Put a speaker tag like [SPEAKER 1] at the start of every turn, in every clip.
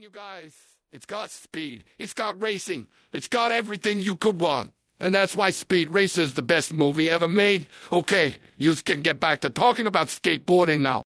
[SPEAKER 1] you guys. It's got speed. It's got racing. It's got everything you could want. And that's why Speed Racer is the best movie ever made. Okay, you can get back to talking about skateboarding now.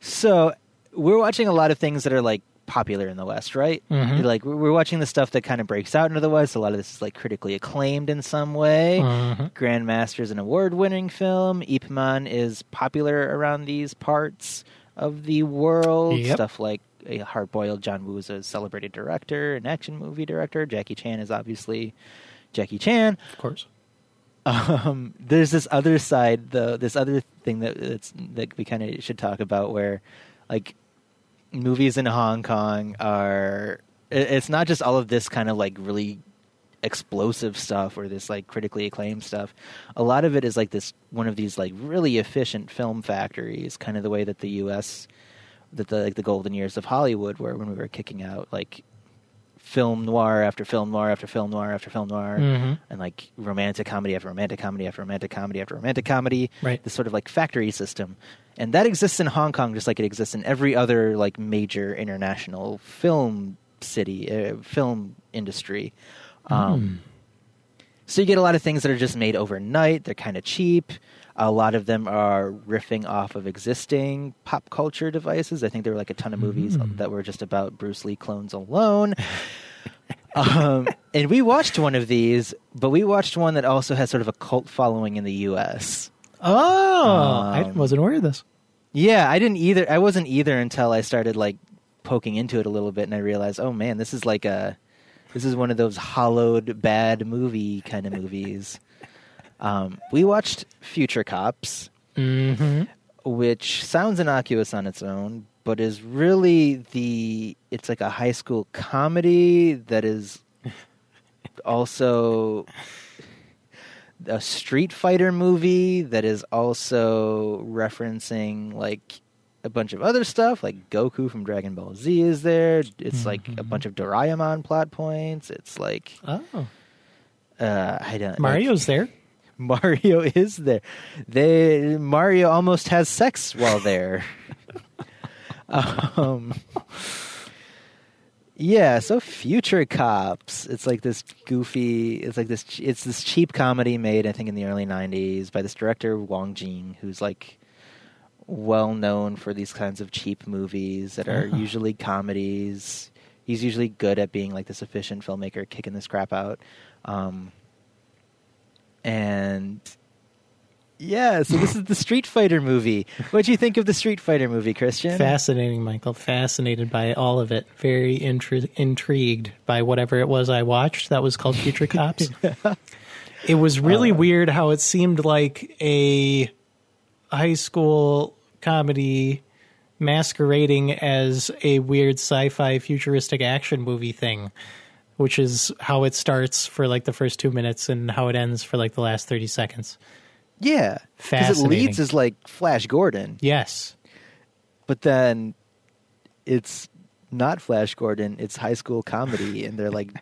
[SPEAKER 2] So we're watching a lot of things that are like popular in the West, right?
[SPEAKER 3] Mhm.
[SPEAKER 2] Like we're we're watching the stuff that kind of breaks out into the West. A lot of this is like critically acclaimed in some way.
[SPEAKER 3] Mhm.
[SPEAKER 2] Grandmaster is an award-winning film. Ip Man is popular around these parts of the world.
[SPEAKER 3] Yep.
[SPEAKER 2] Stuff like uh, Hard Boiled, John Woo's a celebrated director, an action movie director. Jackie Chan is obviously Jackie Chan
[SPEAKER 3] Of course.
[SPEAKER 2] um, there's this other side though this other thing that that's, that we kind of should talk about where like movies in hong kong are it- it's not just all of this kind of like really explosive stuff or this like critically acclaimed stuff a lot of it is like this one of these like really efficient film factories kind of the way that the us that the like the golden years of hollywood were when we were kicking out like film noir after film noir after film noir after film noir
[SPEAKER 3] Mhm.
[SPEAKER 2] Mm-hmm. and like romantic comedy after romantic comedy after romantic comedy after romantic comedy.
[SPEAKER 3] Right.
[SPEAKER 2] This sort of like factory system. And that exists in Hong Kong just like it exists in every other like major international film city, uh, film industry.
[SPEAKER 3] Hmm.
[SPEAKER 2] Um, So you get a lot of things that are just made overnight. They're kind of cheap. A lot of them are riffing off of existing pop culture devices. I think there were like a ton of movies that were just about Bruce Lee clones alone. um, and we watched one of these, but we watched one that also has sort of a cult following in the U.S.
[SPEAKER 3] Oh, I
[SPEAKER 2] Um,
[SPEAKER 3] wasn't aware of this.
[SPEAKER 2] Yeah, I didn't either. I wasn't either until I started like poking into it a little bit, and I realized, oh man, this is like a this is one of those hollowed bad movie kind of movies. um, we watched Future Cops,
[SPEAKER 3] Mm-hmm.
[SPEAKER 2] which sounds innocuous on its own, but is really the it's like a high school comedy that is also a Street Fighter movie that is also referencing like a bunch of other stuff, like Goku from Dragon Ball Z is there. It's like a bunch of Doraemon plot points. It's like
[SPEAKER 3] Oh,
[SPEAKER 2] uh, I don't like-
[SPEAKER 3] Mario's there.
[SPEAKER 2] Mario is there. They Mario almost has sex while there. um, yeah, so Future Cops. It's like this goofy. It's like this. It's this cheap comedy made, I think, in the early '90s by this director Wong Jing, who's like well known for these kinds of cheap movies that are
[SPEAKER 3] Ah.
[SPEAKER 2] usually comedies. He's usually good at being like this efficient filmmaker, kicking this crap out. Um, and yeah, so this is the Street Fighter movie. What do you think of the Street Fighter movie, Christian?
[SPEAKER 3] Fascinating, Michael. Fascinated by all of it. Very intri- intrigued by whatever it was I watched that was called Future Cops. it was really weird how it seemed like a high school comedy masquerading as a weird sci-fi futuristic action movie thing which is how it starts for like the first 2 minutes and how it ends for like the last 30 seconds.
[SPEAKER 2] Yeah, because it
[SPEAKER 3] Fascinating.
[SPEAKER 2] leads as like Flash Gordon,
[SPEAKER 3] Yes.
[SPEAKER 2] but then it's not Flash Gordon. It's high school comedy, and they're like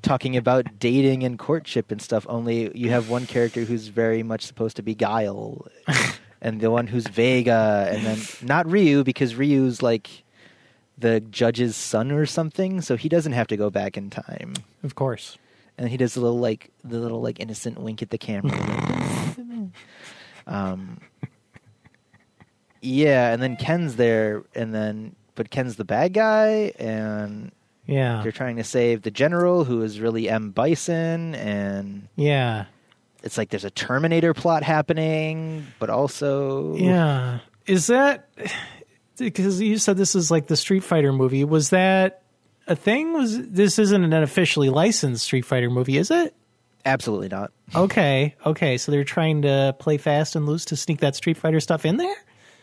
[SPEAKER 2] talking about dating and courtship and stuff. Only you have one character who's very much supposed to be Guile, and the one who's Vega, and then not Ryu because Ryu's like the judge's son or something, so he doesn't have to go back in time.
[SPEAKER 3] Of course.
[SPEAKER 2] and he does the little like the little like innocent wink at the camera. um, yeah, and then Ken's there, and then but Ken's the bad guy, and
[SPEAKER 3] Yeah.
[SPEAKER 2] they're trying to save the general who is really M Bison, and
[SPEAKER 3] Yeah.
[SPEAKER 2] it's like there's a Terminator plot happening, but also
[SPEAKER 3] Yeah. Is that because you said this is like the Street Fighter movie? Was that a thing? Was this isn't an officially licensed Street Fighter movie, is it?
[SPEAKER 2] absolutely not.
[SPEAKER 3] Okay. Okay. So they're trying to play fast and loose to sneak that Street Fighter stuff in there?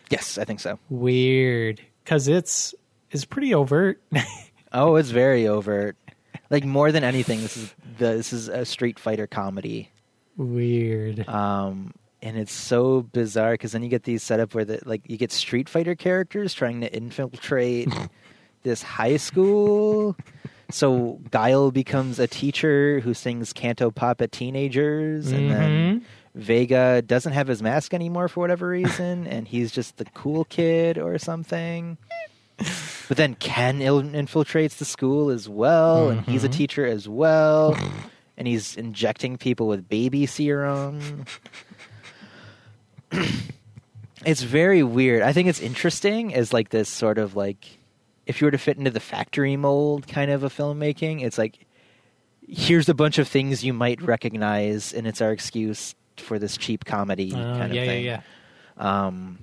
[SPEAKER 2] Yes, I think so.
[SPEAKER 3] Weird. Cuz it's it's pretty overt.
[SPEAKER 2] Oh, it's very overt. Like more than anything, this is the, this is a Street Fighter comedy.
[SPEAKER 3] Weird.
[SPEAKER 2] um, and it's so bizarre because then you get these set up where the like you get Street Fighter characters trying to infiltrate this high school. So Guile becomes a teacher who sings canto pop at teenagers, and then Vega doesn't have his mask anymore for whatever reason, and he's just the cool kid or something. But then Ken il- infiltrates the school as well, and he's a
[SPEAKER 3] Mm-hmm.
[SPEAKER 2] teacher as well, and he's injecting people with baby serum. it's very weird. I think it's interesting as like this sort of like if you were to fit into the factory mold kind of a filmmaking, it's like here's a bunch of things you might recognize, and it's our excuse for this cheap comedy
[SPEAKER 3] Oh,
[SPEAKER 2] kind of
[SPEAKER 3] yeah, yeah,
[SPEAKER 2] thing
[SPEAKER 3] yeah.
[SPEAKER 2] um,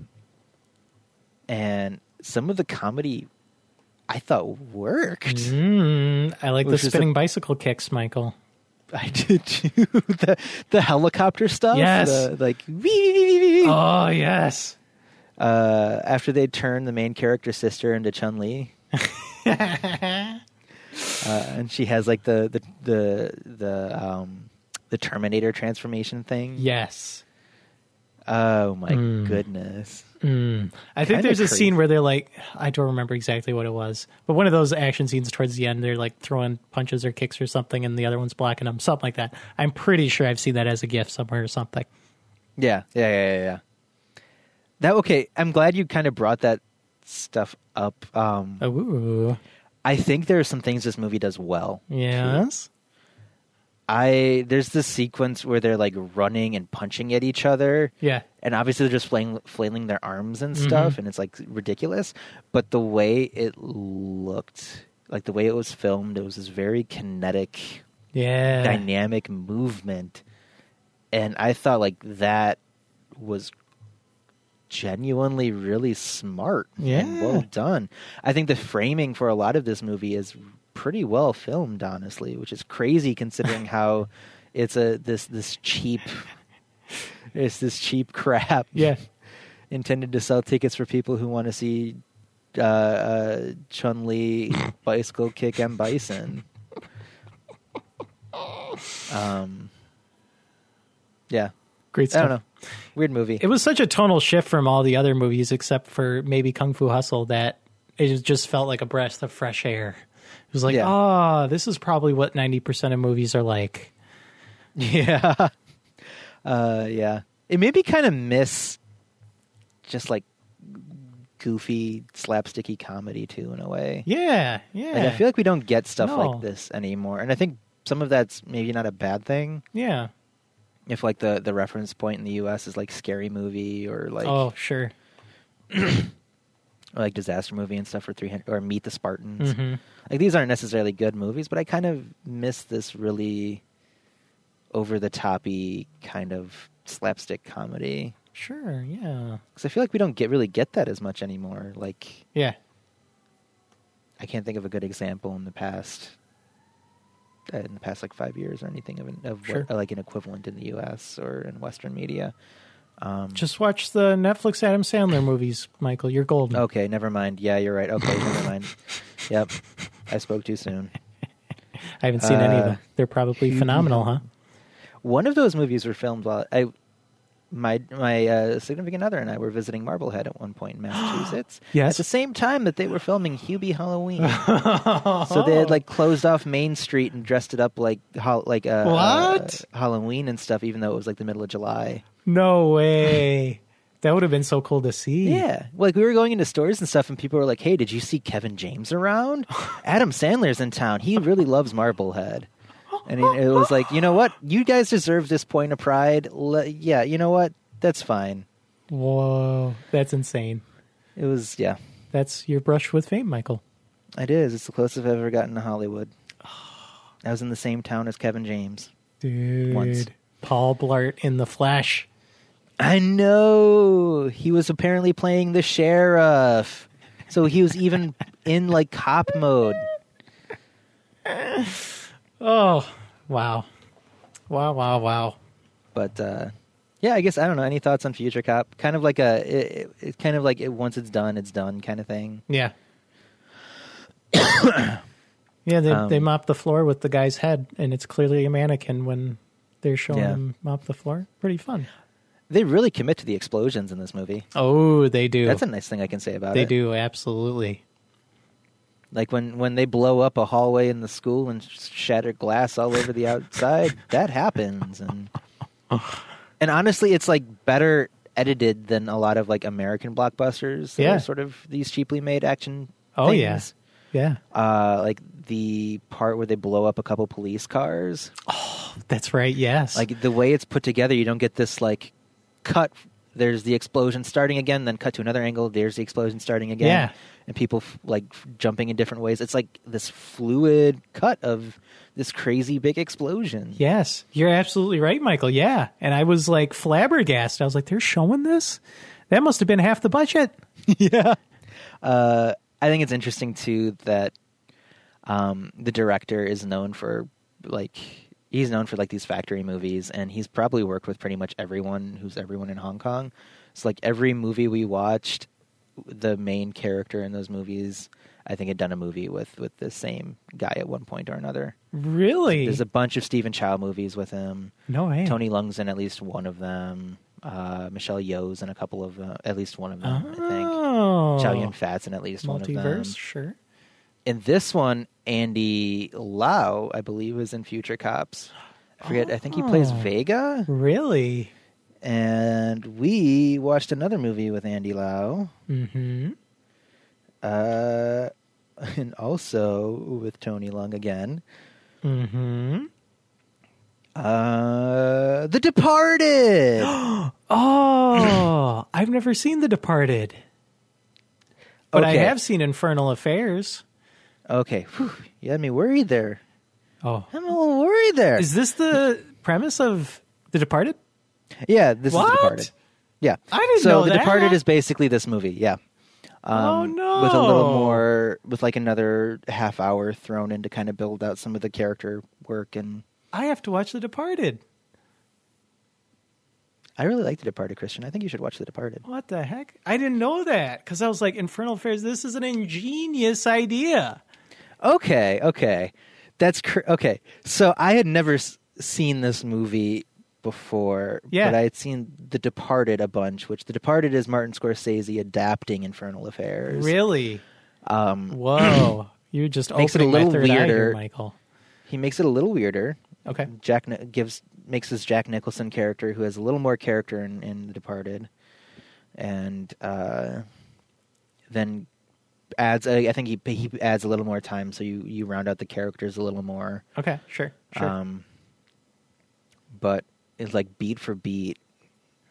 [SPEAKER 2] and some of the comedy I thought worked.
[SPEAKER 3] Mm, I like the
[SPEAKER 2] Which is a-
[SPEAKER 3] spinning bicycle kicks, Michael.
[SPEAKER 2] I did too. the the helicopter stuff,
[SPEAKER 3] Yes.
[SPEAKER 2] the, like wee, wee, wee, wee, wee.
[SPEAKER 3] Oh yes.
[SPEAKER 2] Uh, after they turned the main character sister into Chun Li, uh, and she has like the the the the um the Terminator transformation thing.
[SPEAKER 3] Yes.
[SPEAKER 2] Oh my
[SPEAKER 3] Hmm.
[SPEAKER 2] goodness.
[SPEAKER 3] I think
[SPEAKER 2] Kinda
[SPEAKER 3] there's a
[SPEAKER 2] crazy.
[SPEAKER 3] scene where they're like, I don't remember exactly what it was, but one of those action scenes towards the end, they're like throwing punches or kicks or something, and the other one's blocking them, something like that. I'm pretty sure I've seen that as a gift somewhere or something.
[SPEAKER 2] Yeah, yeah, yeah, yeah. yeah. That okay. I'm glad you kind of brought that stuff up. Um,
[SPEAKER 3] Oh, ooh.
[SPEAKER 2] I think there are some things this movie does well.
[SPEAKER 3] yes.
[SPEAKER 2] I there's this sequence where they're like running and punching at each other,
[SPEAKER 3] Yeah.
[SPEAKER 2] and obviously they're just flailing, flailing their arms and stuff, and it's like ridiculous. But the way it looked, like the way it was filmed, it was this very kinetic,
[SPEAKER 3] Yeah.
[SPEAKER 2] dynamic movement, and I thought like that was genuinely really smart and
[SPEAKER 3] Yeah.
[SPEAKER 2] well done. I think the framing for a lot of this movie is pretty well filmed, honestly, which is crazy considering how it's a this this cheap it's this cheap crap
[SPEAKER 3] Yeah.
[SPEAKER 2] intended to sell tickets for people who want to see uh, uh, Chun Li bicycle kick M Bison. Um, yeah,
[SPEAKER 3] Great
[SPEAKER 2] I
[SPEAKER 3] stuff.
[SPEAKER 2] don't know. Weird movie.
[SPEAKER 3] It was such a tonal shift from all the other movies, except for maybe Kung Fu Hustle, that it just felt like a breath of fresh air. It was like,
[SPEAKER 2] Yeah.
[SPEAKER 3] ah, this is probably what 90% of movies are like.
[SPEAKER 2] Yeah. Uh, yeah. It made me kind of miss just like goofy, slapsticky comedy too, in a way.
[SPEAKER 3] Yeah, yeah.
[SPEAKER 2] Like, I feel like we don't get stuff
[SPEAKER 3] No.
[SPEAKER 2] like this anymore. And I think some of that's maybe not a bad thing.
[SPEAKER 3] yeah.
[SPEAKER 2] If like the, the reference point in the US is like scary movie or like
[SPEAKER 3] oh, sure.
[SPEAKER 2] or, like disaster movie and stuff for 300 or Meet the Spartans.
[SPEAKER 3] Mhm.
[SPEAKER 2] Like these aren't necessarily good movies, but I kind of miss this really over the toppy kind of slapstick comedy.
[SPEAKER 3] Sure, yeah.
[SPEAKER 2] because I feel like we don't get really get that as much anymore. Like
[SPEAKER 3] Yeah.
[SPEAKER 2] I can't think of a good example in the past, uh, in the past like five years or anything of an, of
[SPEAKER 3] Sure.
[SPEAKER 2] what, uh, like an equivalent in the U.S. or in Western media. Um,
[SPEAKER 3] Just watch the Netflix Adam Sandler movies, Michael. You're golden.
[SPEAKER 2] okay, never mind. Yeah, you're right. Okay, never mind. Yep, I spoke too soon.
[SPEAKER 3] I haven't seen any of
[SPEAKER 2] uh,
[SPEAKER 3] them. They're probably phenomenal, huh?
[SPEAKER 2] One of those movies were filmed while I. My my uh, significant other and I were visiting Marblehead at one point in Massachusetts.
[SPEAKER 3] Yes.
[SPEAKER 2] at the same time that they were filming Hubie Halloween. So they had like closed off Main Street and dressed it up like hol- like uh,
[SPEAKER 3] What?
[SPEAKER 2] uh, Halloween and stuff, even though it was like the middle of July.
[SPEAKER 3] No way. that would have been so cool to see.
[SPEAKER 2] Yeah, like we were going into stores and stuff, and people were like, "Hey, did you see Kevin James around? Adam Sandler's in town. He really loves Marblehead." And he- it was like, you know what? You guys deserve this point of pride. Le- yeah, you know what? That's fine.
[SPEAKER 3] Whoa. That's insane.
[SPEAKER 2] It was yeah,
[SPEAKER 3] That's your brush with fame, Michael.
[SPEAKER 2] it is. It's the closest I've ever gotten to Hollywood. I was in the same town as Kevin James.
[SPEAKER 3] Dude.
[SPEAKER 2] Once.
[SPEAKER 3] Paul Blart in the flesh.
[SPEAKER 2] I know. He was apparently playing the sheriff. So he was even in like cop mode.
[SPEAKER 3] Oh, wow. Wow, wow, wow.
[SPEAKER 2] But uh yeah, I guess I don't know. Any thoughts on Future Cop? Kind of like a it, it, it's kind of like it, once it's done, it's done kind of thing.
[SPEAKER 3] Yeah. yeah, they
[SPEAKER 2] Um,
[SPEAKER 3] they mop the floor with the guy's head, and it's clearly a mannequin when they're showing
[SPEAKER 2] Yeah.
[SPEAKER 3] him mop the floor. Pretty fun.
[SPEAKER 2] They really commit to the explosions in this movie.
[SPEAKER 3] Oh, they do.
[SPEAKER 2] That's a nice thing I can say about
[SPEAKER 3] they
[SPEAKER 2] it.
[SPEAKER 3] do absolutely.
[SPEAKER 2] Like when when they blow up a hallway in the school and shatter glass all over the outside, that happens. And and honestly, it's like better edited than a lot of like American blockbusters. that are
[SPEAKER 3] Yeah.
[SPEAKER 2] sort of these cheaply made action
[SPEAKER 3] Oh yeah,
[SPEAKER 2] things.
[SPEAKER 3] yeah.
[SPEAKER 2] Uh, like the part where they blow up a couple police cars.
[SPEAKER 3] That's right. Yes.
[SPEAKER 2] Like the way it's put together, you don't get this like cut. There's the explosion starting again, then cut to another angle. There's the explosion starting again,
[SPEAKER 3] Yeah.
[SPEAKER 2] and people f- like f- jumping in different ways. It's like this fluid cut of this crazy big explosion.
[SPEAKER 3] Yes, you're absolutely right, Michael. Yeah. And I was like flabbergasted. I was like, they're showing this? That must have been half the budget.
[SPEAKER 2] Uh, I think it's interesting too that um, the director is known for like he's known for like these factory movies, and he's probably worked with pretty much everyone who's everyone in Hong Kong. It's like every movie we watched, the main character in those movies, I think had done a movie with with the same guy at one point or another.
[SPEAKER 3] Really?
[SPEAKER 2] There's a bunch of Stephen Chow movies with him.
[SPEAKER 3] no way.
[SPEAKER 2] Tony Lung's in at least one of them. Uh, Michelle Yeoh's in a couple of uh, at least one of them. I think.
[SPEAKER 3] Oh.
[SPEAKER 2] Chow Yun Fat's in at least one of them.
[SPEAKER 3] Multiverse, sure.
[SPEAKER 2] In this one, Andy Lau, I believe, is in Future Cops. I forget. I think he plays
[SPEAKER 3] Oh.
[SPEAKER 2] Vega.
[SPEAKER 3] Really?
[SPEAKER 2] And we watched another movie with Andy Lau,
[SPEAKER 3] hmm
[SPEAKER 2] uh, and also with Tony Lung again.
[SPEAKER 3] hmm
[SPEAKER 2] Uh, the Departed.
[SPEAKER 3] Oh, I've never seen The Departed. But I
[SPEAKER 2] Okay.
[SPEAKER 3] have seen Infernal Affairs.
[SPEAKER 2] okay, Whew, you had me worried there.
[SPEAKER 3] Oh.
[SPEAKER 2] I'm a little worried there.
[SPEAKER 3] Is this the premise of The Departed?
[SPEAKER 2] yeah, this is
[SPEAKER 3] What?
[SPEAKER 2] The Departed. Yeah,
[SPEAKER 3] I didn't
[SPEAKER 2] so
[SPEAKER 3] know
[SPEAKER 2] The
[SPEAKER 3] that.
[SPEAKER 2] Departed is basically this movie. Yeah.
[SPEAKER 3] oh,
[SPEAKER 2] um,
[SPEAKER 3] no.
[SPEAKER 2] with a little more with like another half hour thrown in to kind of build out some of the character work and
[SPEAKER 3] I have to watch The Departed.
[SPEAKER 2] i really like the departed christian i think you should watch the departed
[SPEAKER 3] What the heck? I didn't know that because I was like, Infernal Affairs, this is an ingenious idea.
[SPEAKER 2] okay okay that's cr- okay so i had never s- seen this movie before
[SPEAKER 3] Yeah.
[SPEAKER 2] but i had seen the departed a bunch which the departed is martin scorsese adapting infernal affairs
[SPEAKER 3] Really?
[SPEAKER 2] um,
[SPEAKER 3] Whoa. You're just
[SPEAKER 2] Makes it a
[SPEAKER 3] opening my
[SPEAKER 2] little
[SPEAKER 3] third eye here,
[SPEAKER 2] weirder.
[SPEAKER 3] Michael.
[SPEAKER 2] he makes it a little weirder
[SPEAKER 3] Okay.
[SPEAKER 2] Jack Ni- gives makes this Jack Nicholson character who has a little more character in, in The Departed, and uh, then adds. I I think he he adds a little more time, so you you round out the characters a little more.
[SPEAKER 3] Okay. Sure. Sure.
[SPEAKER 2] Um, but it's like beat for beat.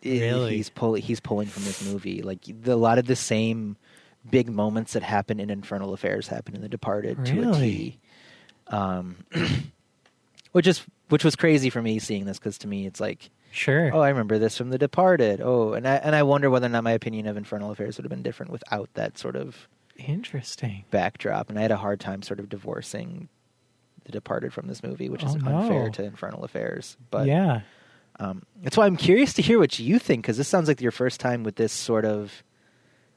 [SPEAKER 2] i-
[SPEAKER 3] Really?
[SPEAKER 2] he's pull, he's pulling from this movie. Like the, a lot of the same big moments that happen in Infernal Affairs happen in The Departed to a
[SPEAKER 3] Really?
[SPEAKER 2] T. Um, which is which was crazy for me seeing this because to me it's like,
[SPEAKER 3] sure.
[SPEAKER 2] oh, I remember this from The Departed. Oh, and I and I wonder whether or not my opinion of Infernal Affairs would have been different without that sort of
[SPEAKER 3] Interesting.
[SPEAKER 2] backdrop, and I had a hard time sort of divorcing The Departed from this movie, which is
[SPEAKER 3] Oh, no.
[SPEAKER 2] unfair to Infernal Affairs. But
[SPEAKER 3] yeah.
[SPEAKER 2] um, that's why I'm curious to hear what you think, because this sounds like your first time with this sort of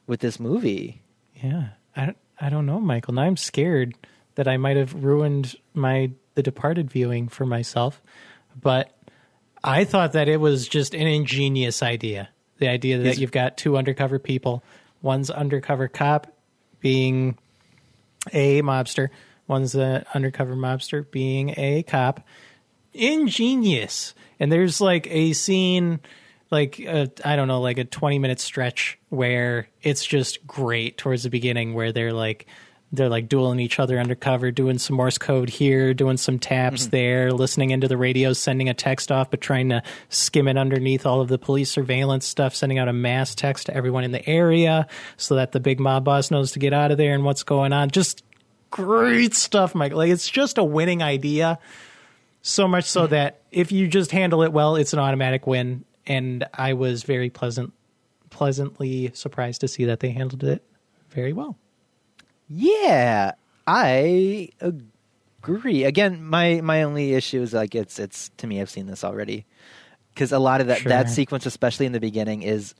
[SPEAKER 2] with this movie.
[SPEAKER 3] Yeah. I don't, I don't know, Michael. Now I'm scared that I might have ruined my The Departed viewing for myself, but I thought that it was just an ingenious idea. The idea that
[SPEAKER 2] Is-
[SPEAKER 3] you've got two undercover people, one's undercover cop being a mobster, one's an undercover mobster being a cop. Ingenious. And there's like a scene, like, I I don't know, like a 20 minute stretch where it's just great towards the beginning where they're like, they're like dueling each other undercover, doing some Morse code here, doing some taps there, listening into the radio, sending a text off, but trying to skim it underneath all of the police surveillance stuff, sending out a mass text to everyone in the area so that the big mob boss knows to get out of there and what's going on. Just great stuff, Mike. Like it's just a winning idea. So much
[SPEAKER 2] Mm-hmm.
[SPEAKER 3] so that if you just handle it well, it's an automatic win. And I was very pleasant, pleasantly surprised to see that they handled it very well.
[SPEAKER 2] Yeah, I agree. Again, my my only issue is like it's it's to me I've seen this already because a lot of that that
[SPEAKER 3] Sure.
[SPEAKER 2] sequence, especially in the beginning, is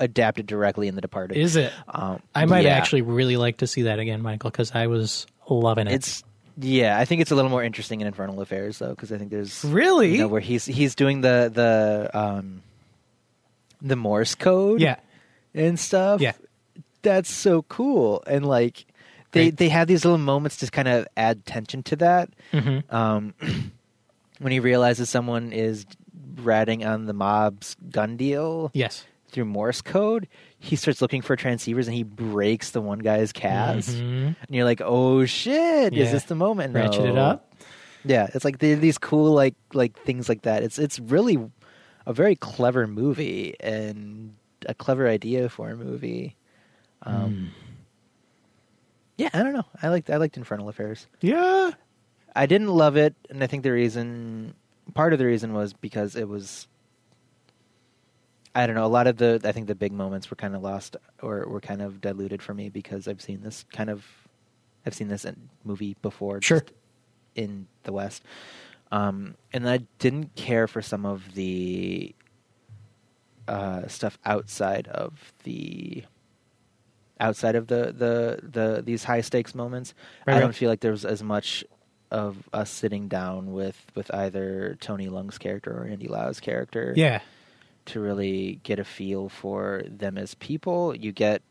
[SPEAKER 2] adapted directly in The Departed.
[SPEAKER 3] Is it?
[SPEAKER 2] um,
[SPEAKER 3] I might
[SPEAKER 2] yeah.
[SPEAKER 3] actually really like to see that again, Michael, because I was loving it.
[SPEAKER 2] It's yeah, I think it's a little more interesting in Infernal Affairs though, because I think there's
[SPEAKER 3] Really?
[SPEAKER 2] you know, where he's he's doing the the um the Morse code
[SPEAKER 3] yeah,
[SPEAKER 2] and stuff.
[SPEAKER 3] Yeah.
[SPEAKER 2] that's so cool. And like they
[SPEAKER 3] Great.
[SPEAKER 2] they have these little moments to kind of add tension to that.
[SPEAKER 3] Mm-hmm.
[SPEAKER 2] Um, when he realizes someone is ratting on the mob's gun deal,
[SPEAKER 3] yes,
[SPEAKER 2] through Morse code, he starts looking for transceivers and he breaks the one guy's calves. And you're like, oh shit,
[SPEAKER 3] Mm-hmm. Yeah.
[SPEAKER 2] is this the moment?
[SPEAKER 3] Ratchet it
[SPEAKER 2] No.
[SPEAKER 3] up.
[SPEAKER 2] Yeah, it's like there are these cool like like things like that. It's it's really a very clever movie and a clever idea for a movie. Um, Yeah, I don't know. I liked I liked Infernal Affairs.
[SPEAKER 3] Yeah.
[SPEAKER 2] I didn't love it, and I think the reason, part of the reason was because it was, I don't know, a lot of the, I think the big moments were kind of lost or were kind of diluted for me because I've seen this kind of, I've seen this in- movie before,
[SPEAKER 3] Sure.
[SPEAKER 2] just in the West, um, and I didn't care for some of the uh, stuff outside of the outside of the the the these high stakes moments.
[SPEAKER 3] Right,
[SPEAKER 2] I
[SPEAKER 3] right.
[SPEAKER 2] don't feel like there was as much of us sitting down with with either Tony Lung's character or Andy Lau's character
[SPEAKER 3] Yeah.
[SPEAKER 2] to really get a feel for them as people. You get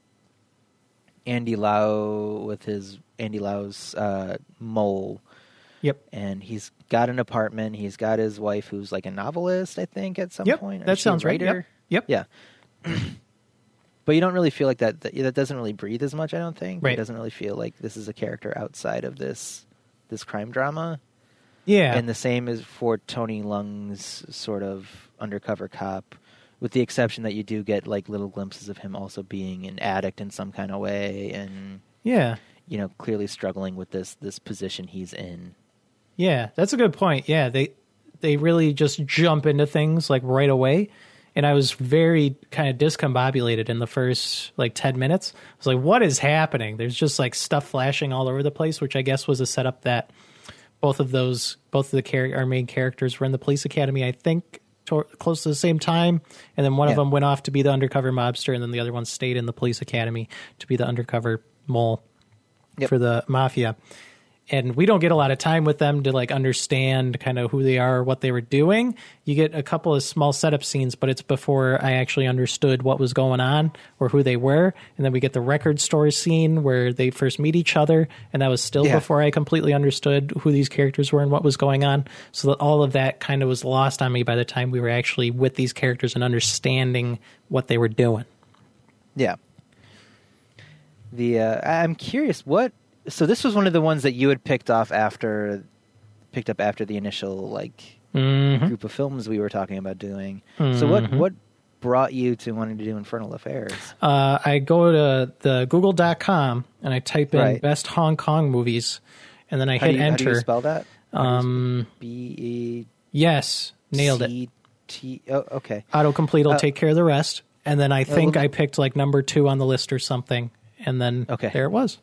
[SPEAKER 2] Andy Lau with his Andy Lau's uh, mole
[SPEAKER 3] Yep.
[SPEAKER 2] and he's got an apartment. He's got his wife, who's like a novelist, I think, at some
[SPEAKER 3] Yep,
[SPEAKER 2] point. or
[SPEAKER 3] that
[SPEAKER 2] she a
[SPEAKER 3] sounds right.
[SPEAKER 2] writer?
[SPEAKER 3] Yep, yep.
[SPEAKER 2] Yeah. but you don't really feel like that, that. That doesn't really breathe as much, I don't think.
[SPEAKER 3] Right.
[SPEAKER 2] It doesn't really feel like this is a character outside of this this crime drama.
[SPEAKER 3] Yeah.
[SPEAKER 2] And the same is for Tony Lung's sort of undercover cop, with the exception that you do get like little glimpses of him also being an addict in some kind of way, and
[SPEAKER 3] yeah.
[SPEAKER 2] you know clearly struggling with this this position he's in.
[SPEAKER 3] Yeah, that's a good point. Yeah, they they really just jump into things like right away. And I was very kind of discombobulated in the first like 10 minutes. I was like, what is happening? There's just like stuff flashing all over the place, which I guess was a setup that both of those, both of the char- our main characters were in the police academy, I think, tor- close to the same time. And then one of
[SPEAKER 2] Yeah.
[SPEAKER 3] them went off to be the undercover mobster, and then the other one stayed in the police academy to be the undercover mole
[SPEAKER 2] Yep.
[SPEAKER 3] for the mafia. And we don't get a lot of time with them to like understand kind of who they are, what they were doing. You get a couple of small setup scenes, but it's before I actually understood what was going on or who they were. And then we get the record store scene where they first meet each other, and that was still
[SPEAKER 2] Yeah.
[SPEAKER 3] before I completely understood who these characters were and what was going on. So that all of that kind of was lost on me by the time we were actually with these characters and understanding what they were doing.
[SPEAKER 2] Yeah. The uh, I- I'm curious what so this was one of the ones that you had picked off after picked up after the initial like
[SPEAKER 3] Mm-hmm.
[SPEAKER 2] group of films we were talking about doing. So what what brought you to wanting to do Infernal Affairs?
[SPEAKER 3] uh, I go to the google.com and I type in
[SPEAKER 2] Right.
[SPEAKER 3] best Hong Kong movies and then I
[SPEAKER 2] How
[SPEAKER 3] hit
[SPEAKER 2] do you, How do you
[SPEAKER 3] enter.
[SPEAKER 2] spell that?
[SPEAKER 3] um,
[SPEAKER 2] B E
[SPEAKER 3] yes, nailed it.
[SPEAKER 2] C T- Oh, okay.
[SPEAKER 3] Autocomplete will
[SPEAKER 2] Uh,
[SPEAKER 3] take care of the rest. And then I think
[SPEAKER 2] well-
[SPEAKER 3] I picked like number two on the list or something. And then
[SPEAKER 2] Okay.
[SPEAKER 3] there it was.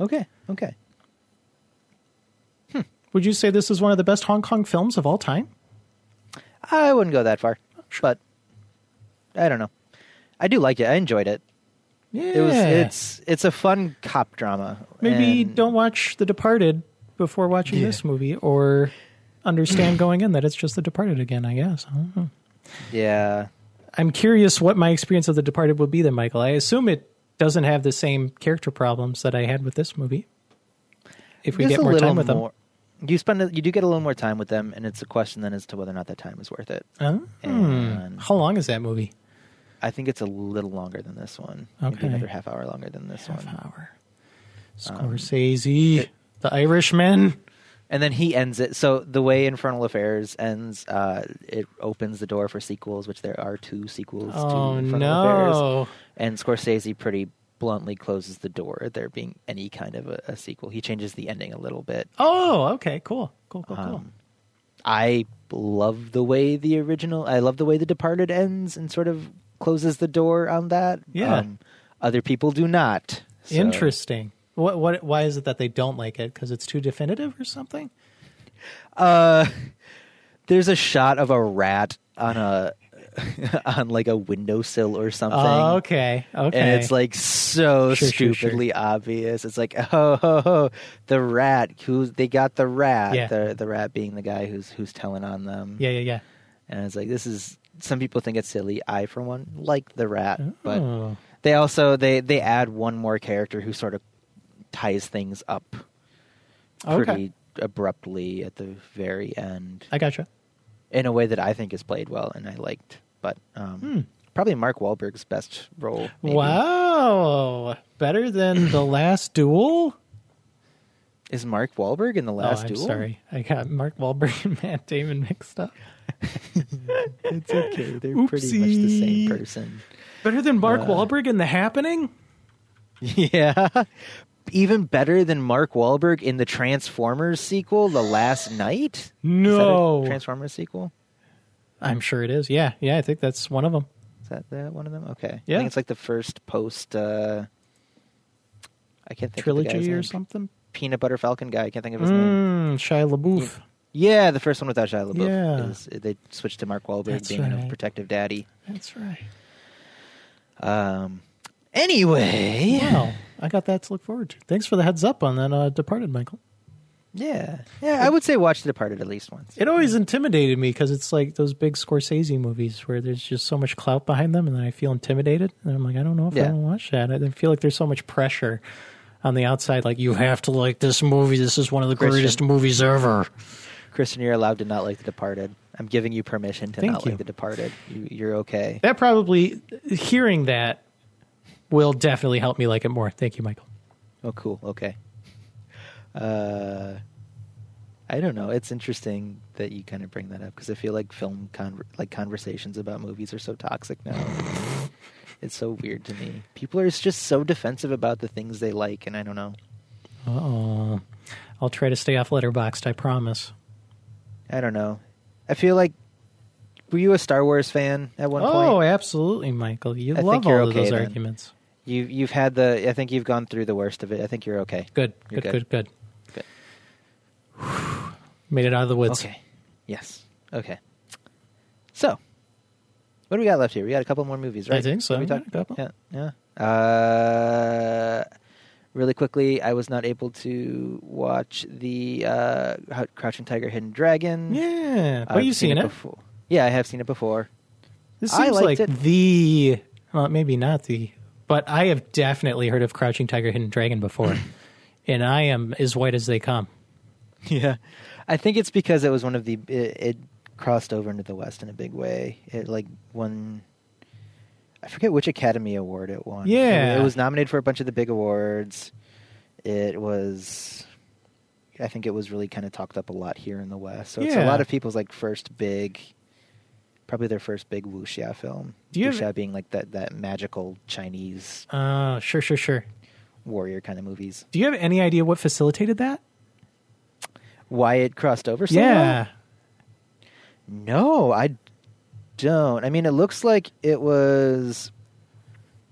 [SPEAKER 2] Okay. Okay.
[SPEAKER 3] Would you say this is one of the best Hong Kong films of all time?
[SPEAKER 2] I wouldn't go that far, but I don't know. I do like it. I enjoyed it.
[SPEAKER 3] Yeah.
[SPEAKER 2] It was it's it's a fun cop drama.
[SPEAKER 3] Maybe
[SPEAKER 2] and-
[SPEAKER 3] don't watch The Departed before watching
[SPEAKER 2] Yeah.
[SPEAKER 3] this movie or understand going in that it's just The Departed again, I guess. I don't know.
[SPEAKER 2] Yeah.
[SPEAKER 3] I'm curious what my experience of The Departed will be then, Michael. I assume it doesn't have the same character problems that I had with this movie. If we
[SPEAKER 2] There's
[SPEAKER 3] get
[SPEAKER 2] a
[SPEAKER 3] more
[SPEAKER 2] little
[SPEAKER 3] time with
[SPEAKER 2] more- You spend, a- you do get a little more time with them, and it's a question then as to whether or not that time is worth it.
[SPEAKER 3] them. Oh.
[SPEAKER 2] And
[SPEAKER 3] How long is that movie?
[SPEAKER 2] I think it's a little longer than this one.
[SPEAKER 3] Okay.
[SPEAKER 2] Maybe another half hour longer than this
[SPEAKER 3] Half
[SPEAKER 2] one.
[SPEAKER 3] hour.
[SPEAKER 2] Um,
[SPEAKER 3] Scorsese, The Irishman.
[SPEAKER 2] And then he ends it. So the way Infernal Affairs ends, uh, it opens the door for sequels, which there are two sequels to
[SPEAKER 3] Oh
[SPEAKER 2] Infernal Affairs.
[SPEAKER 3] no!
[SPEAKER 2] And Scorsese pretty bluntly closes the door at there being any kind of a, a sequel. He changes the ending a little bit.
[SPEAKER 3] Oh, okay, cool, cool, cool, cool.
[SPEAKER 2] Um, I love the way the original. I love the way The Departed ends and sort of closes the door on that. Um,
[SPEAKER 3] Yeah.
[SPEAKER 2] other people do not. So
[SPEAKER 3] Interesting. What? What? Why is it that they don't like it? Because it's too definitive or something?
[SPEAKER 2] uh, There's a shot of a rat on a on like a windowsill or something.
[SPEAKER 3] Oh, okay, okay.
[SPEAKER 2] And it's like so
[SPEAKER 3] Sure, sure, sure.
[SPEAKER 2] stupidly obvious. It's like, oh, ho, ho, the rat who they got the rat.
[SPEAKER 3] Yeah.
[SPEAKER 2] The the rat being the guy who's who's telling on them.
[SPEAKER 3] yeah, yeah, yeah.
[SPEAKER 2] And it's like this is some people think it's silly. I for one like the rat, but
[SPEAKER 3] Oh.
[SPEAKER 2] they also they they add one more character who sort of ties things up
[SPEAKER 3] Okay.
[SPEAKER 2] pretty abruptly at the very end
[SPEAKER 3] I gotcha. Hmm.
[SPEAKER 2] in a way that I think is played well and I liked. But um, probably Mark Wahlberg's best role. maybe.
[SPEAKER 3] Wow. Better than The Last Duel?
[SPEAKER 2] Is Mark Wahlberg in the last
[SPEAKER 3] oh, I'm
[SPEAKER 2] duel?
[SPEAKER 3] sorry. I got Mark Wahlberg and Matt Damon mixed up.
[SPEAKER 2] It's okay. They're pretty much the
[SPEAKER 3] Oopsie.
[SPEAKER 2] same person.
[SPEAKER 3] Better than Mark Wahlberg in The Happening?
[SPEAKER 2] Yeah. Even better than Mark Wahlberg in the Transformers sequel, The Last Night? Is that a
[SPEAKER 3] No.
[SPEAKER 2] Transformers sequel?
[SPEAKER 3] I'm sure it is. Yeah. Yeah. I think that's one of them.
[SPEAKER 2] Is that the, one of them? Okay. I
[SPEAKER 3] Yeah.
[SPEAKER 2] think it's like the first post. Uh, I can't think of the guy's
[SPEAKER 3] Trilogy
[SPEAKER 2] name.
[SPEAKER 3] or something?
[SPEAKER 2] Peanut Butter Falcon guy. I can't think of his name.
[SPEAKER 3] Mm, Shia LaBeouf.
[SPEAKER 2] Yeah, the first one without Shia LaBeouf.
[SPEAKER 3] Yeah.
[SPEAKER 2] Is, they switched to Mark Wahlberg
[SPEAKER 3] That's
[SPEAKER 2] being a
[SPEAKER 3] right.
[SPEAKER 2] protective daddy.
[SPEAKER 3] That's right.
[SPEAKER 2] Um. Anyway.
[SPEAKER 3] Wow. I got that to look forward to. Thanks for the heads up on that uh, Departed, Michael.
[SPEAKER 2] Yeah. Yeah. I would say watch The Departed at least once.
[SPEAKER 3] It always intimidated me because it's like those big Scorsese movies where there's just so much clout behind them, and then I feel intimidated. And I'm like, I don't know if
[SPEAKER 2] Yeah.
[SPEAKER 3] I want to watch that. I I feel like there's so much pressure on the outside. Like, you have to like this movie. This is one of the
[SPEAKER 2] Christian.
[SPEAKER 3] greatest movies ever.
[SPEAKER 2] Kristen, you're allowed to not like The Departed. I'm giving you permission to
[SPEAKER 3] Thank
[SPEAKER 2] not
[SPEAKER 3] you.
[SPEAKER 2] like The Departed. You, you're okay.
[SPEAKER 3] That probably hearing that will definitely help me like it more. Thank you, Michael.
[SPEAKER 2] Oh, cool. Okay. Uh, I don't know. It's interesting that you kind of bring that up because I feel like film con- like conversations about movies are so toxic now. it's so weird to me. People are just so defensive about the things they like, and I don't know.
[SPEAKER 3] Oh, I'll try to stay off letterboxed. I promise.
[SPEAKER 2] I don't know. I feel like were you a Star Wars fan at one
[SPEAKER 3] Oh,
[SPEAKER 2] point?
[SPEAKER 3] absolutely, Michael. You
[SPEAKER 2] I think
[SPEAKER 3] love all
[SPEAKER 2] you're
[SPEAKER 3] of
[SPEAKER 2] okay
[SPEAKER 3] those
[SPEAKER 2] then.
[SPEAKER 3] arguments.
[SPEAKER 2] You you've had the. I think you've gone through the worst of it. I think you're okay.
[SPEAKER 3] Good,
[SPEAKER 2] You're
[SPEAKER 3] good, good,
[SPEAKER 2] good.
[SPEAKER 3] good,
[SPEAKER 2] Good.
[SPEAKER 3] Made it out of the woods.
[SPEAKER 2] Okay. Yes. Okay. So, what do we got left here? We got a couple more movies,
[SPEAKER 3] I
[SPEAKER 2] right?
[SPEAKER 3] think so.
[SPEAKER 2] Did We
[SPEAKER 3] Yeah,
[SPEAKER 2] talk-
[SPEAKER 3] a couple.
[SPEAKER 2] Yeah. Yeah. Uh, really quickly, I was not able to watch the uh, Crouch- Crouching Tiger, Hidden Dragon.
[SPEAKER 3] Yeah, but
[SPEAKER 2] Mm. I've
[SPEAKER 3] you've seen, it.
[SPEAKER 2] before. Yeah, I have seen it before.
[SPEAKER 3] This
[SPEAKER 2] I
[SPEAKER 3] seems like
[SPEAKER 2] liked it.
[SPEAKER 3] the well, maybe not the, but I have definitely heard of Crouching Tiger, Hidden Dragon before, and I am as white as they come.
[SPEAKER 2] Yeah, I think it's because it was one of the it, it crossed over into the West in a big way. It like won. I forget which Academy Award it won.
[SPEAKER 3] Yeah.
[SPEAKER 2] it was nominated for a bunch of the big awards. It was, I think it was really kind of talked up a lot here in the West. So it's a
[SPEAKER 3] Yeah.
[SPEAKER 2] lot of people's like first big, probably their first big wuxia film.
[SPEAKER 3] Do you have-
[SPEAKER 2] wuxia being like that that magical Chinese
[SPEAKER 3] Uh, sure, sure, sure.
[SPEAKER 2] warrior kind of movies.
[SPEAKER 3] Do you have any idea what facilitated that?
[SPEAKER 2] Why it crossed over? So well?
[SPEAKER 3] yeah,
[SPEAKER 2] No, I don't. I mean, it looks like it was.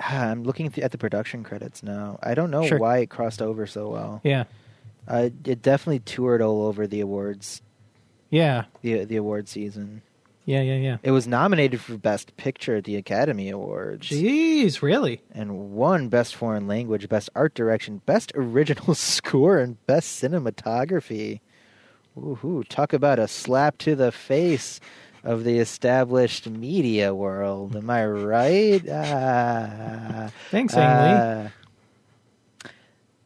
[SPEAKER 2] Ah, I'm looking th- at the production credits now. I don't know
[SPEAKER 3] Sure.
[SPEAKER 2] why it crossed over so well.
[SPEAKER 3] yeah,
[SPEAKER 2] Uh, it definitely toured all over the awards,
[SPEAKER 3] yeah,
[SPEAKER 2] the the award season.
[SPEAKER 3] yeah, yeah, yeah.
[SPEAKER 2] It was nominated for Best Picture at the Academy Awards
[SPEAKER 3] Jeez, really?
[SPEAKER 2] and won Best Foreign Language, Best Art Direction, Best Original Score, and Best Cinematography. Woohoo! Talk about a slap to the face of the established media world. Am I right? Ah.
[SPEAKER 3] Thanks, Ang Lee.
[SPEAKER 2] Uh,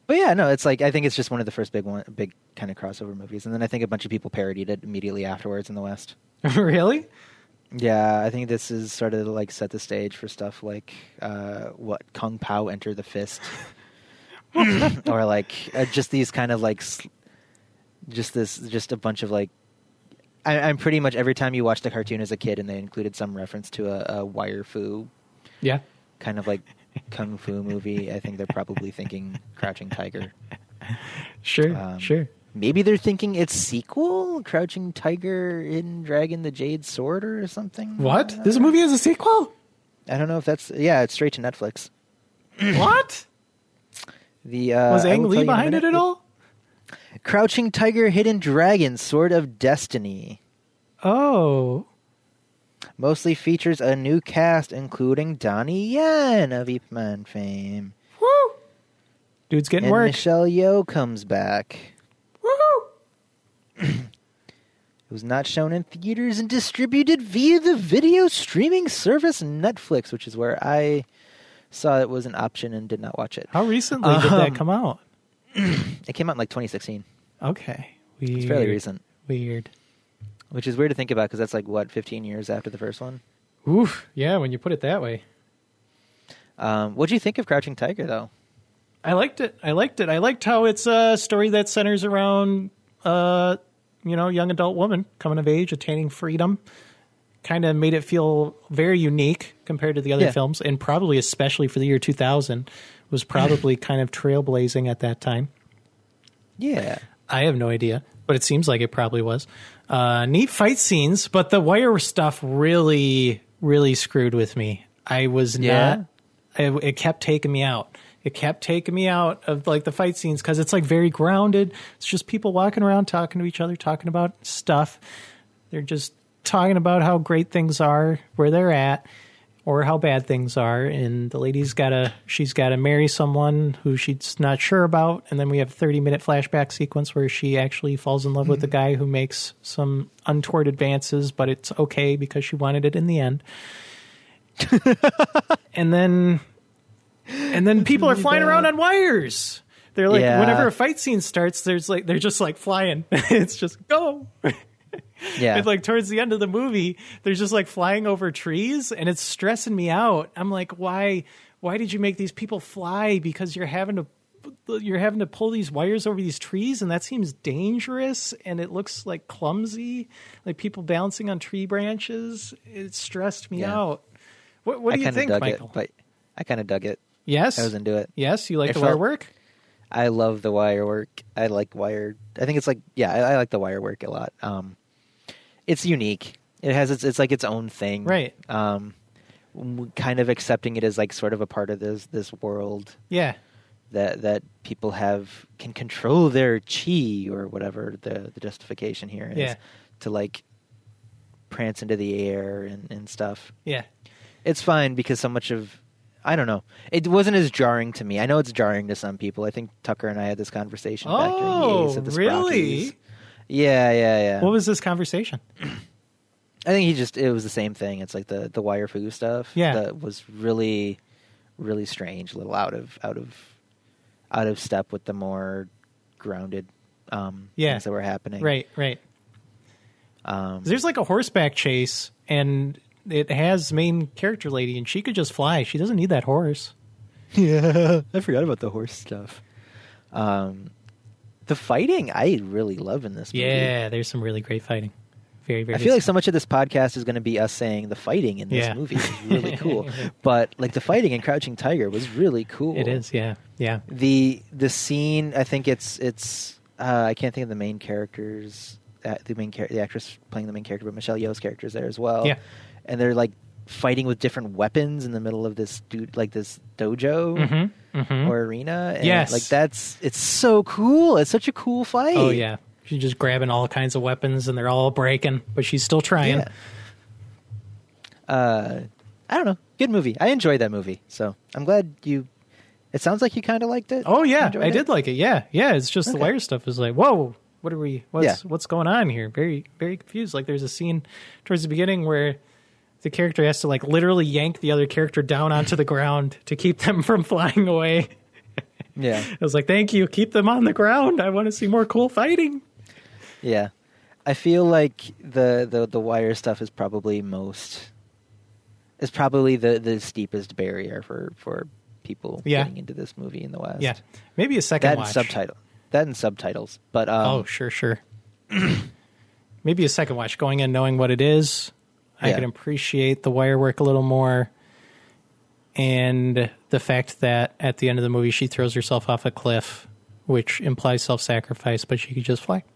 [SPEAKER 2] but yeah, no, it's like I think it's just one of the first big one, big kind of crossover movies, and then I think a bunch of people parodied it immediately afterwards in the West.
[SPEAKER 3] really?
[SPEAKER 2] Yeah, I think this is sort of like set the stage for stuff like uh, what Kung Pao Enter the Fist, or like uh, just these kind of like s- just this just a bunch of like. I, I'm pretty much every time you watched a cartoon as a kid, and they included some reference to a, a wire foo
[SPEAKER 3] Yeah.
[SPEAKER 2] kind of like kung fu movie. I think they're probably thinking Crouching Tiger.
[SPEAKER 3] Sure,
[SPEAKER 2] Um,
[SPEAKER 3] sure.
[SPEAKER 2] Maybe they're thinking it's sequel, Crouching Tiger, Hidden Dragon, the Jade Sword, or something.
[SPEAKER 3] What?
[SPEAKER 2] Uh,
[SPEAKER 3] This movie has a sequel?
[SPEAKER 2] I don't know if that's yeah, it's straight to Netflix.
[SPEAKER 3] what?
[SPEAKER 2] The uh,
[SPEAKER 3] Was
[SPEAKER 2] I
[SPEAKER 3] Ang
[SPEAKER 2] will tell you
[SPEAKER 3] Lee
[SPEAKER 2] in a
[SPEAKER 3] behind it
[SPEAKER 2] minute.
[SPEAKER 3] at all?
[SPEAKER 2] Crouching Tiger, Hidden Dragon, Sword of Destiny.
[SPEAKER 3] Oh,
[SPEAKER 2] Mostly features a new cast, including Donnie Yen of Ip Man fame,
[SPEAKER 3] woo! Dude's getting
[SPEAKER 2] and
[SPEAKER 3] work.
[SPEAKER 2] Michelle Yeoh comes back.
[SPEAKER 3] Woohoo!
[SPEAKER 2] It was not shown in theaters and distributed via the video streaming service Netflix, which is where I saw it was an option and did not watch it.
[SPEAKER 3] How recently did
[SPEAKER 2] Um,
[SPEAKER 3] that come out?
[SPEAKER 2] It came out in like 2016.
[SPEAKER 3] Okay. Weird.
[SPEAKER 2] It's fairly recent,
[SPEAKER 3] Weird.
[SPEAKER 2] which is weird to think about because that's like what 15 years after the first one.
[SPEAKER 3] Oof. Yeah, when you put it that way.
[SPEAKER 2] Um, what do you think of Crouching Tiger, though?
[SPEAKER 3] I liked it. I liked it. I liked how it's a story that centers around, uh, you know, young adult woman coming of age, attaining freedom. Kind of made it feel very unique compared to the other
[SPEAKER 2] Yeah.
[SPEAKER 3] films, and probably especially for the year 2000 was probably kind of trailblazing at that time.
[SPEAKER 2] Yeah,
[SPEAKER 3] I have no idea, but it seems like it probably was. Uh, neat fight scenes, but the wire stuff really, really screwed with me. I was
[SPEAKER 2] Yeah?
[SPEAKER 3] not. I, it kept taking me out. It kept taking me out of like the fight scenes because it's like very grounded. It's just people walking around talking to each other, talking about stuff. They're just talking about how great things are, where they're at, or how bad things are. And the lady's gotta she's gotta marry someone who she's not sure about, and then we have a thirty minute flashback sequence where she actually falls in love with the guy who makes some untoward advances, but it's okay because she wanted it in the end. and then and then people are flying around on wires. They're like
[SPEAKER 2] Yeah.
[SPEAKER 3] whenever a fight scene starts, there's like they're just like flying. it's just go.
[SPEAKER 2] yeah.
[SPEAKER 3] And like towards the end of the movie, they're just like flying over trees and it's stressing me out. I'm like, why why did you make these people fly? Because you're having to you're having to pull these wires over these trees and that seems dangerous and it looks like clumsy, like people bouncing on tree branches. It stressed me
[SPEAKER 2] Yeah.
[SPEAKER 3] out. What what
[SPEAKER 2] I
[SPEAKER 3] do you
[SPEAKER 2] kind of
[SPEAKER 3] think,
[SPEAKER 2] dug
[SPEAKER 3] Michael?
[SPEAKER 2] it, but I kind of dug it.
[SPEAKER 3] yes.
[SPEAKER 2] I was into it.
[SPEAKER 3] Yes, you like
[SPEAKER 2] It
[SPEAKER 3] the
[SPEAKER 2] felt-
[SPEAKER 3] wire work?
[SPEAKER 2] I love the wire work. I like wire. I think it's like yeah, I, I like the wire work a lot. Um, it's unique. It has its it's like its own thing,
[SPEAKER 3] Right.
[SPEAKER 2] Um, w- kind of accepting it as like sort of a part of this this world
[SPEAKER 3] Yeah.
[SPEAKER 2] that that people have can control their chi or whatever the the justification here is
[SPEAKER 3] Yeah.
[SPEAKER 2] to like prance into the air and and stuff.
[SPEAKER 3] Yeah.
[SPEAKER 2] It's fine because so much of I don't know. It wasn't as jarring to me. I know it's jarring to some people. I think Tucker and I had this conversation back during
[SPEAKER 3] Oh,
[SPEAKER 2] Yeez at the
[SPEAKER 3] really?
[SPEAKER 2] Sprockies. Yeah, yeah, yeah.
[SPEAKER 3] What was this conversation?
[SPEAKER 2] I think he just it was the same thing. It's like the the wire foo stuff
[SPEAKER 3] Yeah.
[SPEAKER 2] that was really really strange, a little out of out of out of step with the more grounded um
[SPEAKER 3] Yeah.
[SPEAKER 2] things that were happening.
[SPEAKER 3] Right, right.
[SPEAKER 2] Um
[SPEAKER 3] There's like a horseback chase, and it has main character lady, and she could just fly. She doesn't need that horse.
[SPEAKER 2] Yeah, I forgot about the horse stuff. Um, the fighting I really love in this movie.
[SPEAKER 3] Yeah, there's some really great fighting. Very, very.
[SPEAKER 2] I feel like so much of this podcast is going to be us saying the fighting in this
[SPEAKER 3] Yeah.
[SPEAKER 2] movie is really cool, but like the fighting in Crouching Tiger was really cool.
[SPEAKER 3] it is. Yeah, yeah.
[SPEAKER 2] the the scene. I think it's it's uh, I can't think of the main characters. Uh, the main char- the actress playing the main character, but Michelle Yeoh's character is there as well.
[SPEAKER 3] Yeah.
[SPEAKER 2] and they're like fighting with different weapons in the middle of this dude like this dojo
[SPEAKER 3] Mm-hmm. Mm-hmm.
[SPEAKER 2] or arena. And
[SPEAKER 3] Yes.
[SPEAKER 2] like that's it's so cool. It's such a cool fight.
[SPEAKER 3] oh yeah, she's just grabbing all kinds of weapons, and they're all breaking, but she's still trying.
[SPEAKER 2] Yeah. Uh, I don't know. Good movie. I enjoyed that movie. So I'm glad you. It sounds like you kind of liked it.
[SPEAKER 3] Oh yeah,
[SPEAKER 2] Enjoyed
[SPEAKER 3] I
[SPEAKER 2] it?
[SPEAKER 3] did like it. Yeah, yeah. It's just the
[SPEAKER 2] Okay.
[SPEAKER 3] wire stuff is like, whoa, what are we? What's
[SPEAKER 2] Yeah.
[SPEAKER 3] what's going on here? Very very confused. Like there's a scene towards the beginning where the character has to like literally yank the other character down onto the ground to keep them from flying away.
[SPEAKER 2] Yeah,
[SPEAKER 3] I was like, thank you, keep them on the ground. I want to see more cool fighting.
[SPEAKER 2] yeah. I feel like the the the wire stuff is probably most. Is probably the the steepest barrier for for people
[SPEAKER 3] Yeah.
[SPEAKER 2] getting into this movie in the West.
[SPEAKER 3] Yeah, maybe a second
[SPEAKER 2] that and
[SPEAKER 3] watch.
[SPEAKER 2] subtitle. That and subtitles. But um,
[SPEAKER 3] Oh sure sure. maybe a second watch. Going in knowing what it is, I
[SPEAKER 2] Yeah.
[SPEAKER 3] can appreciate the wire work a little more. and the fact that at the end of the movie she throws herself off a cliff, which implies self-sacrifice, but she could just fly.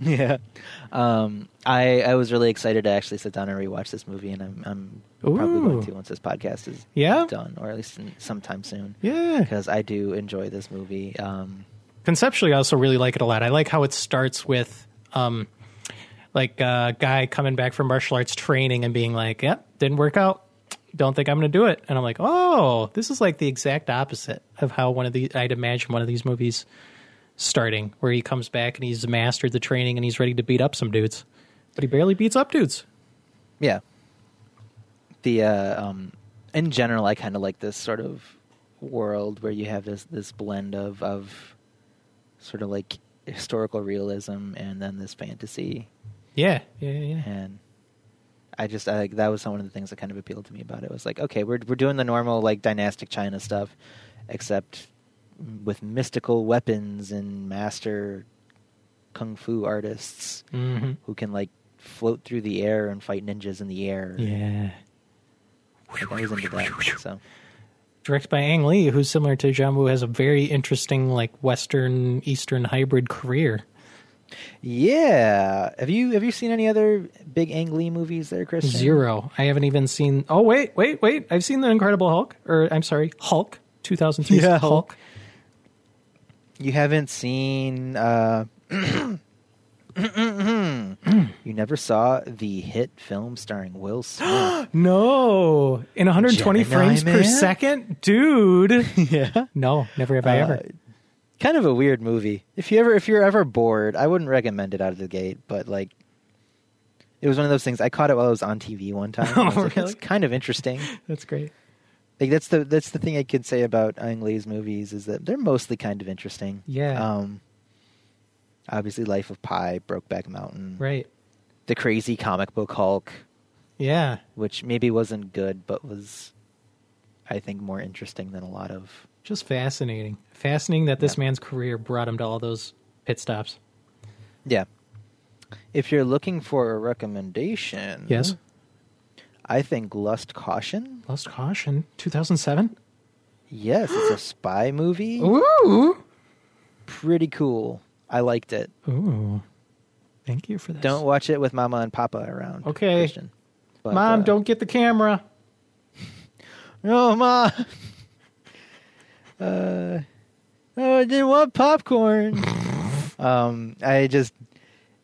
[SPEAKER 2] Yeah. Um, I I was really excited to actually sit down and rewatch this movie, and I'm I'm probably
[SPEAKER 3] Ooh.
[SPEAKER 2] going to once this podcast is
[SPEAKER 3] Yeah?
[SPEAKER 2] done, or at least in, sometime soon.
[SPEAKER 3] Yeah.
[SPEAKER 2] Because I do enjoy this movie. Um,
[SPEAKER 3] Conceptually, I also really like it a lot. I like how it starts with, um, like a guy coming back from martial arts training and being like, "Yep, didn't work out. Don't think I'm going to do it." And I'm like, "Oh, this is like the exact opposite of how one of the I'd imagine one of these movies starting, where he comes back and he's mastered the training and he's ready to beat up some dudes, but he barely beats up dudes."
[SPEAKER 2] yeah. The uh, um, in general, I kind of like this sort of world where you have this this blend of of sort of like historical realism and then this fantasy
[SPEAKER 3] Yeah, yeah, yeah.
[SPEAKER 2] and I just I, that was one of the things that kind of appealed to me about it. Was like, okay, we're we're doing the normal like dynastic China stuff, except with mystical weapons and master kung fu artists
[SPEAKER 3] Mhm.
[SPEAKER 2] who can like float through the air and fight ninjas in the air.
[SPEAKER 3] Yeah.
[SPEAKER 2] Like, I was into that. So
[SPEAKER 3] Directed by Ang Lee, who's similar to John Woo, has a very interesting like Western Eastern hybrid career.
[SPEAKER 2] yeah, have you have you seen any other big Ang Lee movies there, Chris?
[SPEAKER 3] Zero. I haven't even seen. Oh wait, wait, wait! I've seen the Incredible Hulk, or I'm sorry, Hulk, 2003.
[SPEAKER 2] Yeah,
[SPEAKER 3] Hulk.
[SPEAKER 2] You haven't seen. Uh, you never saw the hit film starring Will Smith.
[SPEAKER 3] No, in 120
[SPEAKER 2] Gemini
[SPEAKER 3] frames per
[SPEAKER 2] Man?
[SPEAKER 3] second, dude.
[SPEAKER 2] yeah,
[SPEAKER 3] no, never have I
[SPEAKER 2] Uh,
[SPEAKER 3] ever.
[SPEAKER 2] kind of a weird movie. If you ever, if you're ever bored, I wouldn't recommend it out of the gate. But like, it was one of those things. I caught it while I was on TV one time. and I was
[SPEAKER 3] Oh,
[SPEAKER 2] like,
[SPEAKER 3] really?
[SPEAKER 2] It's kind of interesting.
[SPEAKER 3] That's great.
[SPEAKER 2] Like that's the that's the thing I can say about Ang Lee's movies is that they're mostly kind of interesting.
[SPEAKER 3] Yeah.
[SPEAKER 2] Um. Obviously, Life of Pi, Brokeback Mountain,
[SPEAKER 3] Right.
[SPEAKER 2] the crazy comic book Hulk,
[SPEAKER 3] Yeah.
[SPEAKER 2] which maybe wasn't good, but was, I think, more interesting than a lot of.
[SPEAKER 3] Just fascinating. Fascinating that this
[SPEAKER 2] Yeah.
[SPEAKER 3] man's career brought him to all those pit stops.
[SPEAKER 2] Yeah. If you're looking for a recommendation,
[SPEAKER 3] Yes.
[SPEAKER 2] I think Lust Caution.
[SPEAKER 3] Lost Caution, 2007.
[SPEAKER 2] Yes, it's a spy movie.
[SPEAKER 3] Ooh.
[SPEAKER 2] Pretty cool. I liked it.
[SPEAKER 3] Ooh. Thank you for that.
[SPEAKER 2] Don't watch it with Mama and Papa around.
[SPEAKER 3] Okay.
[SPEAKER 2] Christian. But,
[SPEAKER 3] Mom,
[SPEAKER 2] uh,
[SPEAKER 3] don't get the camera.
[SPEAKER 2] No, Ma. Uh, oh, I didn't want popcorn. um, I just,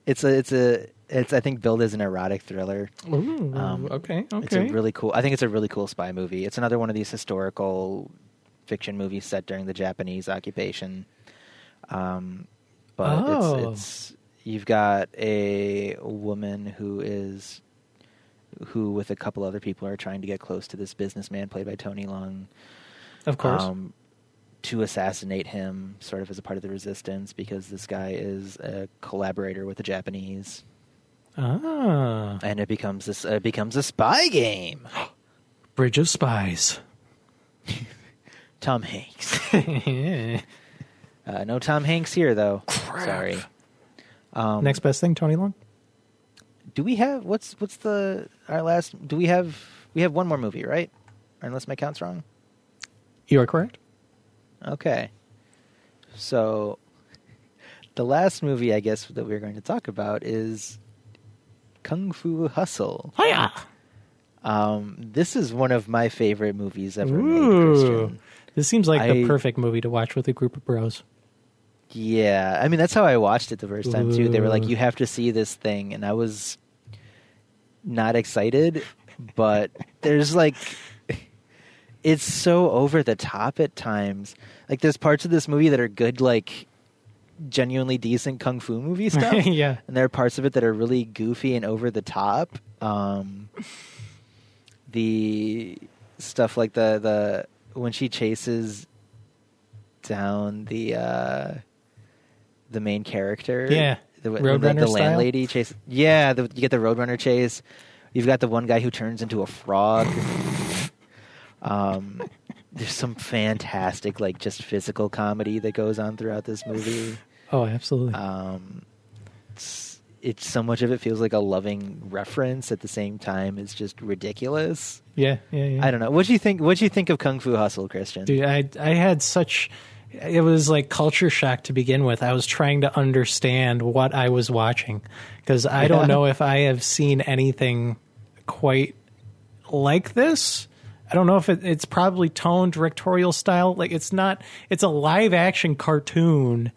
[SPEAKER 2] it's a, it's a, it's I think billed as an erotic thriller.
[SPEAKER 3] Ooh.
[SPEAKER 2] Um,
[SPEAKER 3] okay.
[SPEAKER 2] It's a
[SPEAKER 3] Okay.
[SPEAKER 2] really cool. I think it's a really cool spy movie. It's another one of these historical fiction movies set during the Japanese occupation. Um, but
[SPEAKER 3] Oh.
[SPEAKER 2] it's, it's you've got a woman who is who with a couple other people are trying to get close to this businessman played by Tony Lung
[SPEAKER 3] of course.
[SPEAKER 2] um, to assassinate him, sort of as a part of the resistance, because this guy is a collaborator with the Japanese,
[SPEAKER 3] ah.
[SPEAKER 2] and it becomes this uh, becomes a spy game.
[SPEAKER 3] Bridge of Spies.
[SPEAKER 2] Tom Hanks.
[SPEAKER 3] Next
[SPEAKER 2] Uh, no Tom Hanks here, though. Sorry. Um,
[SPEAKER 3] best thing, Tony Long.
[SPEAKER 2] do we have what's what's the our last? Do we have we have one more movie, right? Unless my count's wrong.
[SPEAKER 3] You are correct.
[SPEAKER 2] Okay. So the last movie I guess that we're going to talk about is Kung Fu Hustle.
[SPEAKER 3] Hiya.
[SPEAKER 2] Um, this is one of my favorite movies ever made,
[SPEAKER 3] Ooh.
[SPEAKER 2] Christian.
[SPEAKER 3] This seems like the
[SPEAKER 2] I-
[SPEAKER 3] perfect movie to watch with a group of bros.
[SPEAKER 2] Yeah, I mean that's how I watched it the first time too. They were like,
[SPEAKER 3] Ooh.
[SPEAKER 2] "You have to see this thing," and I was not excited, but there's like, it's so over the top at times. Like, there's parts of this movie that are good, like genuinely decent kung fu movie stuff.
[SPEAKER 3] yeah.
[SPEAKER 2] and there are parts of it that are really goofy and over the top. Um, the stuff like the the when she chases down the uh, the main character,
[SPEAKER 3] Yeah.
[SPEAKER 2] the, the,
[SPEAKER 3] Roadrunner
[SPEAKER 2] the
[SPEAKER 3] style?
[SPEAKER 2] landlady chase. Yeah, the, you get the roadrunner chase. You've got the one guy who turns into a frog. um, there's some fantastic, like just physical comedy that goes on throughout this movie.
[SPEAKER 3] Oh, absolutely.
[SPEAKER 2] Um, it's, it's so much of it feels like a loving reference at the same time. It's just ridiculous.
[SPEAKER 3] yeah, yeah, yeah.
[SPEAKER 2] I don't know. What do you think? What do you think of Kung Fu Hustle, Christian?
[SPEAKER 3] Dude, I I had such it was like culture shock to begin with. I was trying to understand what I was watching because I
[SPEAKER 2] Yeah.
[SPEAKER 3] don't know if I have seen anything quite like this. I don't know if it, it's probably tone directorial style. Like it's not it's a live action cartoon,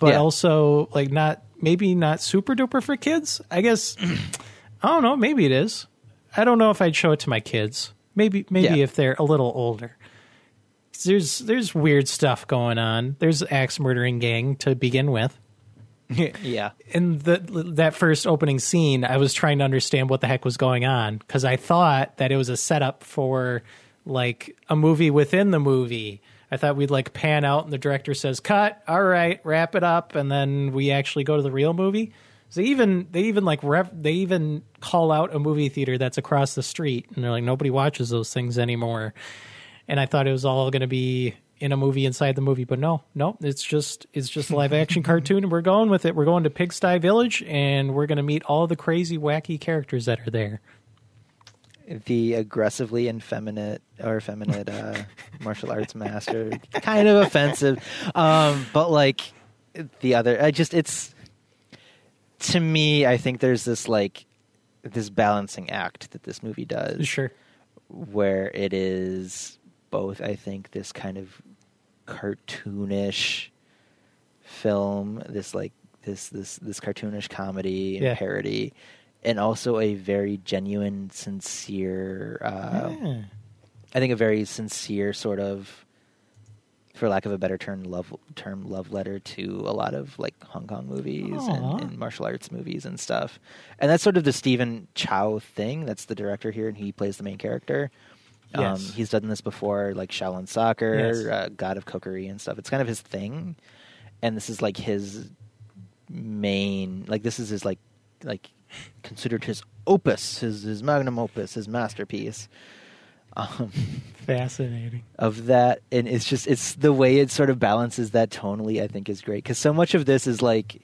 [SPEAKER 3] but
[SPEAKER 2] Yeah.
[SPEAKER 3] also like not maybe not super duper for kids. I guess I don't know. Maybe it is. I don't know if I'd show it to my kids. Maybe maybe
[SPEAKER 2] Yeah.
[SPEAKER 3] if they're a little older. 'Cause There's there's weird stuff going on. There's axe murdering gang to begin with.
[SPEAKER 2] yeah,
[SPEAKER 3] In the that first opening scene, I was trying to understand what the heck was going on because I thought that it was a setup for like a movie within the movie. I thought we'd like pan out and the director says cut, all right, wrap it up, and then we actually go to the real movie. So even they even like ref, they even call out a movie theater that's across the street, and they're like nobody watches those things anymore. And I thought it was all going to be in a movie inside the movie, but no, no, it's just it's just a live action cartoon, and we're going with it. We're going to Pigsty Village, and we're going to meet all the crazy wacky characters that are there.
[SPEAKER 2] the aggressively effeminate or effeminate uh, martial arts master kind of offensive um, but like the other i just it's to me i think there's this like this balancing act that this movie does
[SPEAKER 3] Sure,
[SPEAKER 2] where it is both i think this kind of cartoonish film this like this this this cartoonish comedy and
[SPEAKER 3] Yeah.
[SPEAKER 2] parody and also a very genuine sincere uh,
[SPEAKER 3] Yeah.
[SPEAKER 2] i think a very sincere sort of for lack of a better term love term love letter to a lot of like hong kong movies
[SPEAKER 3] Aw.
[SPEAKER 2] and, and martial arts movies and stuff and that's sort of the stephen chow thing that's the director here and he plays the main character
[SPEAKER 3] Yes.
[SPEAKER 2] um, he's done this before like shaolin soccer
[SPEAKER 3] Yes.
[SPEAKER 2] uh, god of cookery and stuff it's kind of his thing and this is like his main like this is his like like considered his opus his his magnum opus his masterpiece um
[SPEAKER 3] fascinating.
[SPEAKER 2] of that and it's just it's the way it sort of balances that tonally i think is great because so much of this is like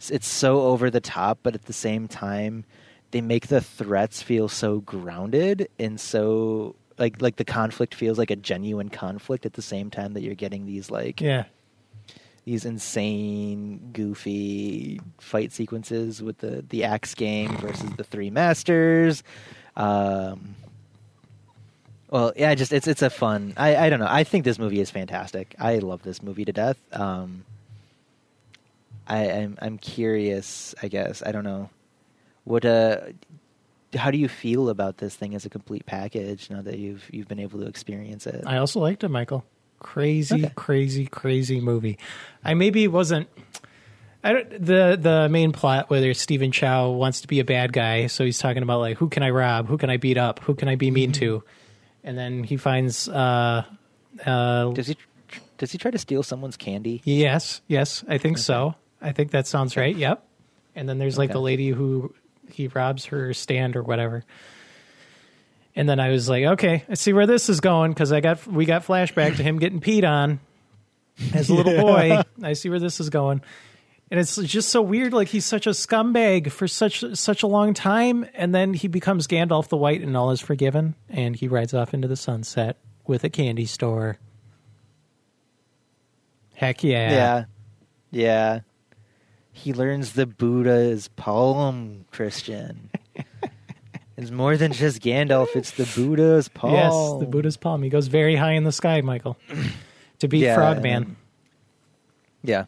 [SPEAKER 2] s- it's so over the top but at the same time they make the threats feel so grounded and so like like the conflict feels like a genuine conflict at the same time that you're getting these like
[SPEAKER 3] Yeah,
[SPEAKER 2] these insane goofy fight sequences with the the axe gang versus the three masters um well yeah just it's it's a fun i i don't know i think this movie is fantastic i love this movie to death um i i'm, I'm curious i guess i don't know what uh how do you feel about this thing as a complete package now that you've you've been able to experience it
[SPEAKER 3] I also liked it, Michael. Crazy,
[SPEAKER 2] Okay.
[SPEAKER 3] crazy, crazy movie. I maybe wasn't. I don't, the the main plot whether Stephen Chow wants to be a bad guy, so he's talking about like who can I rob, who can I beat up, who can I be mean to, and then he finds uh, uh,
[SPEAKER 2] does he tr- does he try to steal someone's candy
[SPEAKER 3] yes, yes, I think so. I think that sounds right. Yep. And then there's like
[SPEAKER 2] Okay.
[SPEAKER 3] the lady who he robs her stand or whatever. And then I was like, okay, I see where this is going because I got we got flashback to him getting peed on as a little boy. I see where this is going, and it's just so weird. Like he's such a scumbag for such such a long time, and then he becomes Gandalf the White, and all is forgiven, and he rides off into the sunset with a candy store. Heck yeah!
[SPEAKER 2] Yeah. Yeah. He learns the Buddha's poem, Christian. it's more than just Gandalf, it's the Buddha's poem.
[SPEAKER 3] Yes, the Buddha's palm. He goes very high in the sky, Michael, to beat
[SPEAKER 2] Yeah,
[SPEAKER 3] Frogman.
[SPEAKER 2] and- Yeah.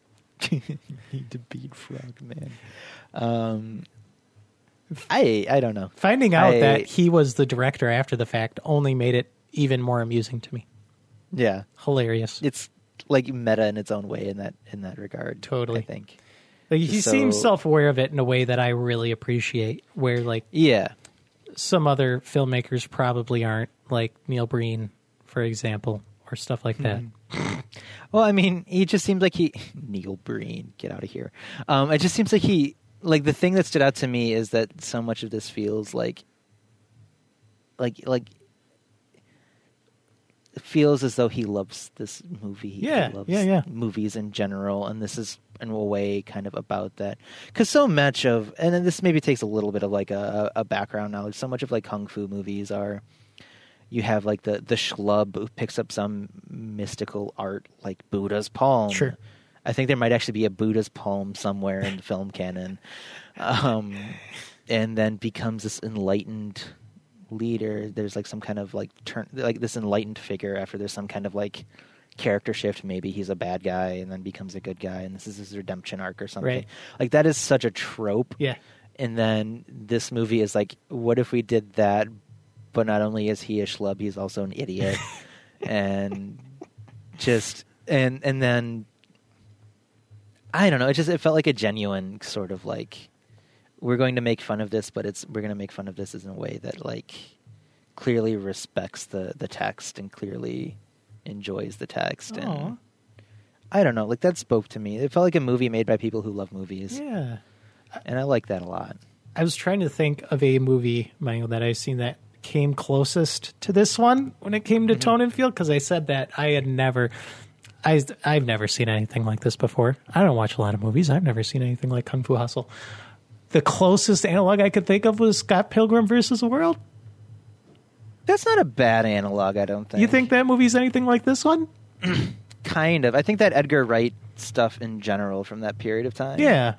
[SPEAKER 2] Need to beat Frogman. Um I I don't know.
[SPEAKER 3] Finding out
[SPEAKER 2] I-
[SPEAKER 3] that he was the director after the fact only made it even more amusing to me.
[SPEAKER 2] Yeah.
[SPEAKER 3] Hilarious.
[SPEAKER 2] It's like meta in its own way in that in that regard.
[SPEAKER 3] Totally.
[SPEAKER 2] I think.
[SPEAKER 3] Like, he
[SPEAKER 2] So-
[SPEAKER 3] seems self-aware of it in a way that I really appreciate. Where like
[SPEAKER 2] Yeah.
[SPEAKER 3] some other filmmakers probably aren't, like Neil Breen, for example, or stuff like
[SPEAKER 2] Hmm.
[SPEAKER 3] that.
[SPEAKER 2] Well, I mean, he just seems like he Neil Breen, get out of here. Um, it just seems like he like the thing that stood out to me is that so much of this feels like like like it feels as though he loves this movie. He
[SPEAKER 3] Yeah,
[SPEAKER 2] loves
[SPEAKER 3] yeah, yeah.
[SPEAKER 2] Movies in general, and this is in a way kind of about that because so much of and then this maybe takes a little bit of like a, a background knowledge. So much of like kung fu movies are you have like the the schlub who picks up some mystical art like Buddha's palm.
[SPEAKER 3] Sure.
[SPEAKER 2] I think there might actually be a Buddha's palm somewhere in the film canon, um, and then becomes this enlightened leader. There's like some kind of like turn like this enlightened figure after there's some kind of like character shift. Maybe he's a bad guy and then becomes a good guy, and this is his redemption arc or something.
[SPEAKER 3] Right.
[SPEAKER 2] Like that is such a trope
[SPEAKER 3] Yeah.
[SPEAKER 2] and then this movie is like, what if we did that? But not only is he a schlub, he's also an idiot, and just and and then I don't know. It just it felt like a genuine sort of like we're going to make fun of this, but it's we're going to make fun of this in a way that like clearly respects the the text and clearly enjoys the text
[SPEAKER 3] Aw.
[SPEAKER 2] and I don't know. Like that spoke to me. It felt like a movie made by people who love movies.
[SPEAKER 3] Yeah.
[SPEAKER 2] and I like that a lot.
[SPEAKER 3] I was trying to think of a movie, Michael, that I've seen that came closest to this one when it
[SPEAKER 2] Mm-hmm.
[SPEAKER 3] came to tone and feel. Because I said that I had never, I I've never seen anything like this before. I don't watch a lot of movies. I've never seen anything like Kung Fu Hustle. The closest analog I could think of was Scott Pilgrim versus the World.
[SPEAKER 2] That's not a bad analog, I don't think.
[SPEAKER 3] You think that movie's anything like this one?
[SPEAKER 2] Kind of. I think that Edgar Wright stuff in general from that period of time.
[SPEAKER 3] Yeah.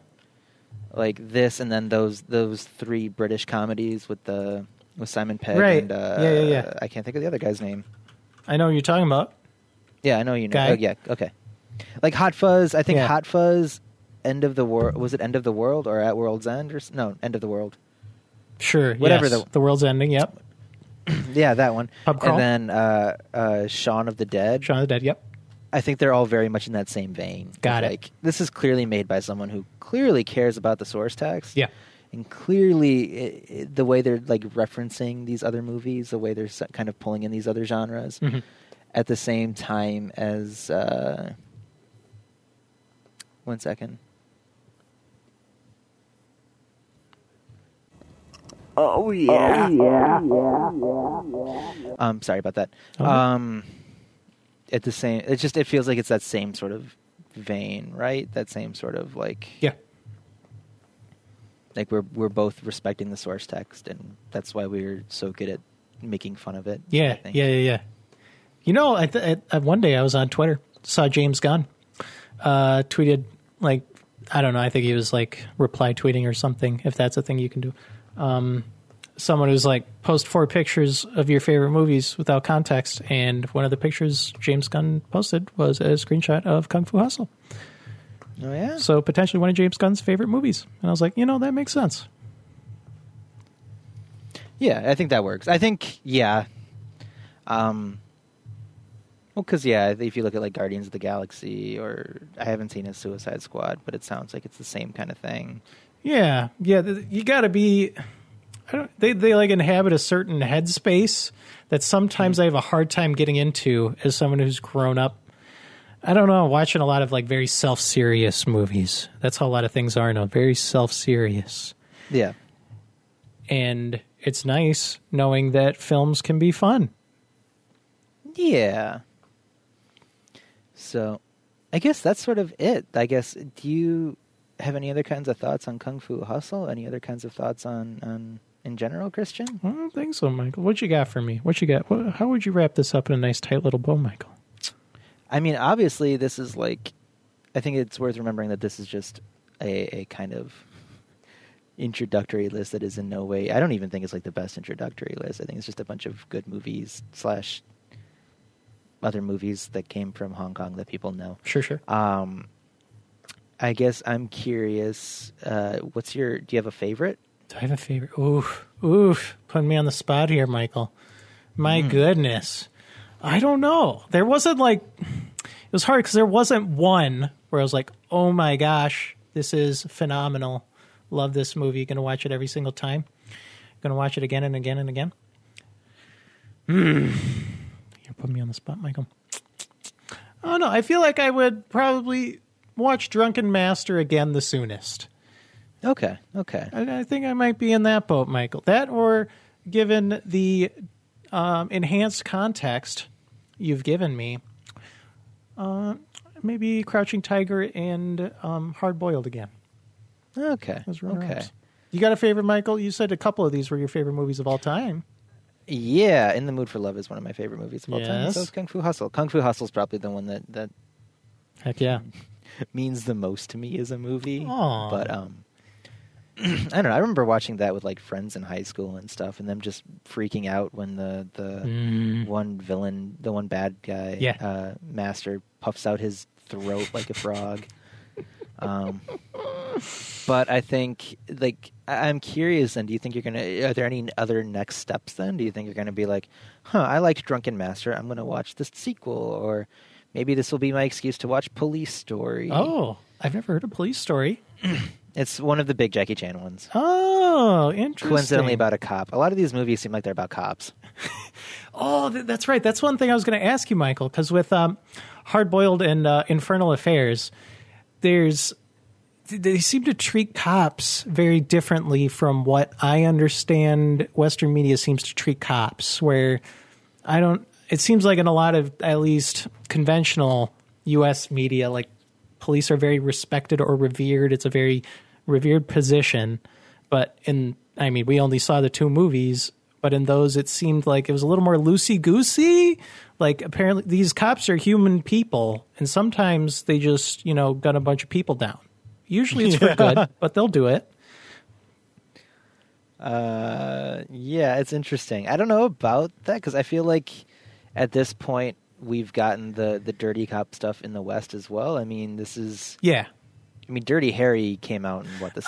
[SPEAKER 2] like this, and then those those three British comedies with the with Simon Pegg
[SPEAKER 3] Right.
[SPEAKER 2] and uh,
[SPEAKER 3] Yeah, yeah, yeah.
[SPEAKER 2] I can't think of the other guy's name.
[SPEAKER 3] I know what you're talking about.
[SPEAKER 2] Yeah, I know you know.
[SPEAKER 3] Guy?
[SPEAKER 2] Oh, yeah, okay. Like Hot Fuzz, I think
[SPEAKER 3] Yeah.
[SPEAKER 2] Hot Fuzz, End of the World was it End of the World or At World's End or s- no End of the World?
[SPEAKER 3] Sure.
[SPEAKER 2] Whatever
[SPEAKER 3] yes.
[SPEAKER 2] the-
[SPEAKER 3] the world's ending. Yep.
[SPEAKER 2] yeah, that one.
[SPEAKER 3] Pub Crawl?
[SPEAKER 2] And then uh, uh, Shaun of the Dead.
[SPEAKER 3] Shaun of the Dead. Yep.
[SPEAKER 2] I think they're all very much in that same vein.
[SPEAKER 3] Got it.
[SPEAKER 2] Like this is clearly made by someone who clearly cares about the source text.
[SPEAKER 3] Yeah.
[SPEAKER 2] and clearly i i the way they're like referencing these other movies, the way they're s- kind of pulling in these other genres,
[SPEAKER 3] Mm-hmm.
[SPEAKER 2] at the same time as uh, one second. Oh yeah. Um, sorry about that.
[SPEAKER 3] Oh,
[SPEAKER 2] Um, at the same, it just it feels like it's that same sort of vein, right? That same sort of like
[SPEAKER 3] Yeah.
[SPEAKER 2] like we're we're both respecting the source text and that's why we're so good at making fun of it I
[SPEAKER 3] Yeah,
[SPEAKER 2] think.
[SPEAKER 3] yeah, yeah, yeah. You know, I th- I, I, one day I was on Twitter, saw James Gunn uh, tweeted like I don't know, I think he was like reply tweeting or something, if that's a thing you can do. Um, someone who's like post four pictures of your favorite movies without context, and one of the pictures James Gunn posted was a screenshot of Kung Fu Hustle,
[SPEAKER 2] oh yeah
[SPEAKER 3] so potentially one of James Gunn's favorite movies. And I was like, you know, that makes sense.
[SPEAKER 2] yeah i think that works i think yeah um well because yeah if you look at like guardians of the galaxy or i haven't seen a suicide squad but it sounds like it's the same kind of thing
[SPEAKER 3] Yeah, yeah. th- You got to be. I don't, they they like inhabit a certain headspace that sometimes I have a hard time getting into as someone who's grown up. I don't know, watching a lot of like very self serious movies. That's how a lot of things are now, very self serious.
[SPEAKER 2] yeah
[SPEAKER 3] And it's nice knowing that films can be fun.
[SPEAKER 2] yeah so i guess that's sort of it i guess do you have any other kinds of thoughts on kung fu hustle any other kinds of thoughts on on in general christian
[SPEAKER 3] I don't think so, Michael. What you got for me? What you got? What, how would you wrap this up in a nice tight little bow, Michael?
[SPEAKER 2] I mean, obviously, this is like. I think it's worth remembering that this is just a, a kind of introductory list that is in no way. I don't even think it's like the best introductory list. I think it's just a bunch of good movies slash other movies that came from Hong Kong that people know.
[SPEAKER 3] Sure, sure.
[SPEAKER 2] Um, I guess I'm curious. Uh, what's your? Do you have a favorite?
[SPEAKER 3] Do I have a favorite? Oof, oof, putting me on the spot here, Michael. My goodness, I don't know. There wasn't like it was hard because there wasn't one where I was like, "Oh my gosh, this is phenomenal! Love this movie. Going to watch it every single time. Going to watch it again and again and again." Hmm. You're putting me on the spot, Michael. Oh no, I feel like I would probably watch Drunken Master again the soonest.
[SPEAKER 2] Okay. Okay.
[SPEAKER 3] I, I think I might be in that boat, Michael. That or given the um, enhanced context you've given me, uh, maybe Crouching Tiger and um, Hard Boiled again.
[SPEAKER 2] Okay.
[SPEAKER 3] As
[SPEAKER 2] Okay.
[SPEAKER 3] okay. You got a favorite, Michael? You said a couple of these were your favorite movies of all time.
[SPEAKER 2] Yeah, In the Mood for Love is one of my favorite movies of all time.
[SPEAKER 3] Yes.
[SPEAKER 2] So is Kung Fu Hustle. Kung Fu Hustle is probably the one that that
[SPEAKER 3] Heck yeah.
[SPEAKER 2] means the most to me as a movie.
[SPEAKER 3] Aw.
[SPEAKER 2] But um, I don't know. I remember watching that with like friends in high school and stuff, and them just freaking out when the the one villain, the one bad guy,
[SPEAKER 3] Mm. Yeah.
[SPEAKER 2] uh, master puffs out his throat like a frog. Um, but I think like I- I'm curious. And do you think you're gonna? Are there any other next steps? Then do you think you're gonna be like, huh? I liked Drunken Master. I'm gonna watch this sequel, or maybe this will be my excuse to watch Police Story.
[SPEAKER 3] Oh, I've never heard a police story.
[SPEAKER 2] it's one of the big Jackie Chan ones.
[SPEAKER 3] Oh, interesting.
[SPEAKER 2] Coincidentally, about a cop. A lot of these movies seem like they're about cops.
[SPEAKER 3] Oh, th- that's right. That's one thing I was going to ask you, Michael, because with um, Hard Boiled and uh, Infernal Affairs, there's they seem to treat cops very differently from what I understand Western media seems to treat cops, where I don't, it seems like in a lot of at least conventional US media, like police are very respected or revered. It's a very revered position. But in, I mean, we only saw the two movies, but in those, it seemed like it was a little more loosey goosey. Like, apparently, these cops are human people, and sometimes they just, you know, gun a bunch of people down. Usually it's for good, but they'll do it.
[SPEAKER 2] Uh, yeah, it's interesting. I don't know about that because I feel like at this point we've gotten the the dirty cop stuff in the West as well. I mean, this is
[SPEAKER 3] Yeah.
[SPEAKER 2] I mean, Dirty Harry came out in what the
[SPEAKER 3] Oh,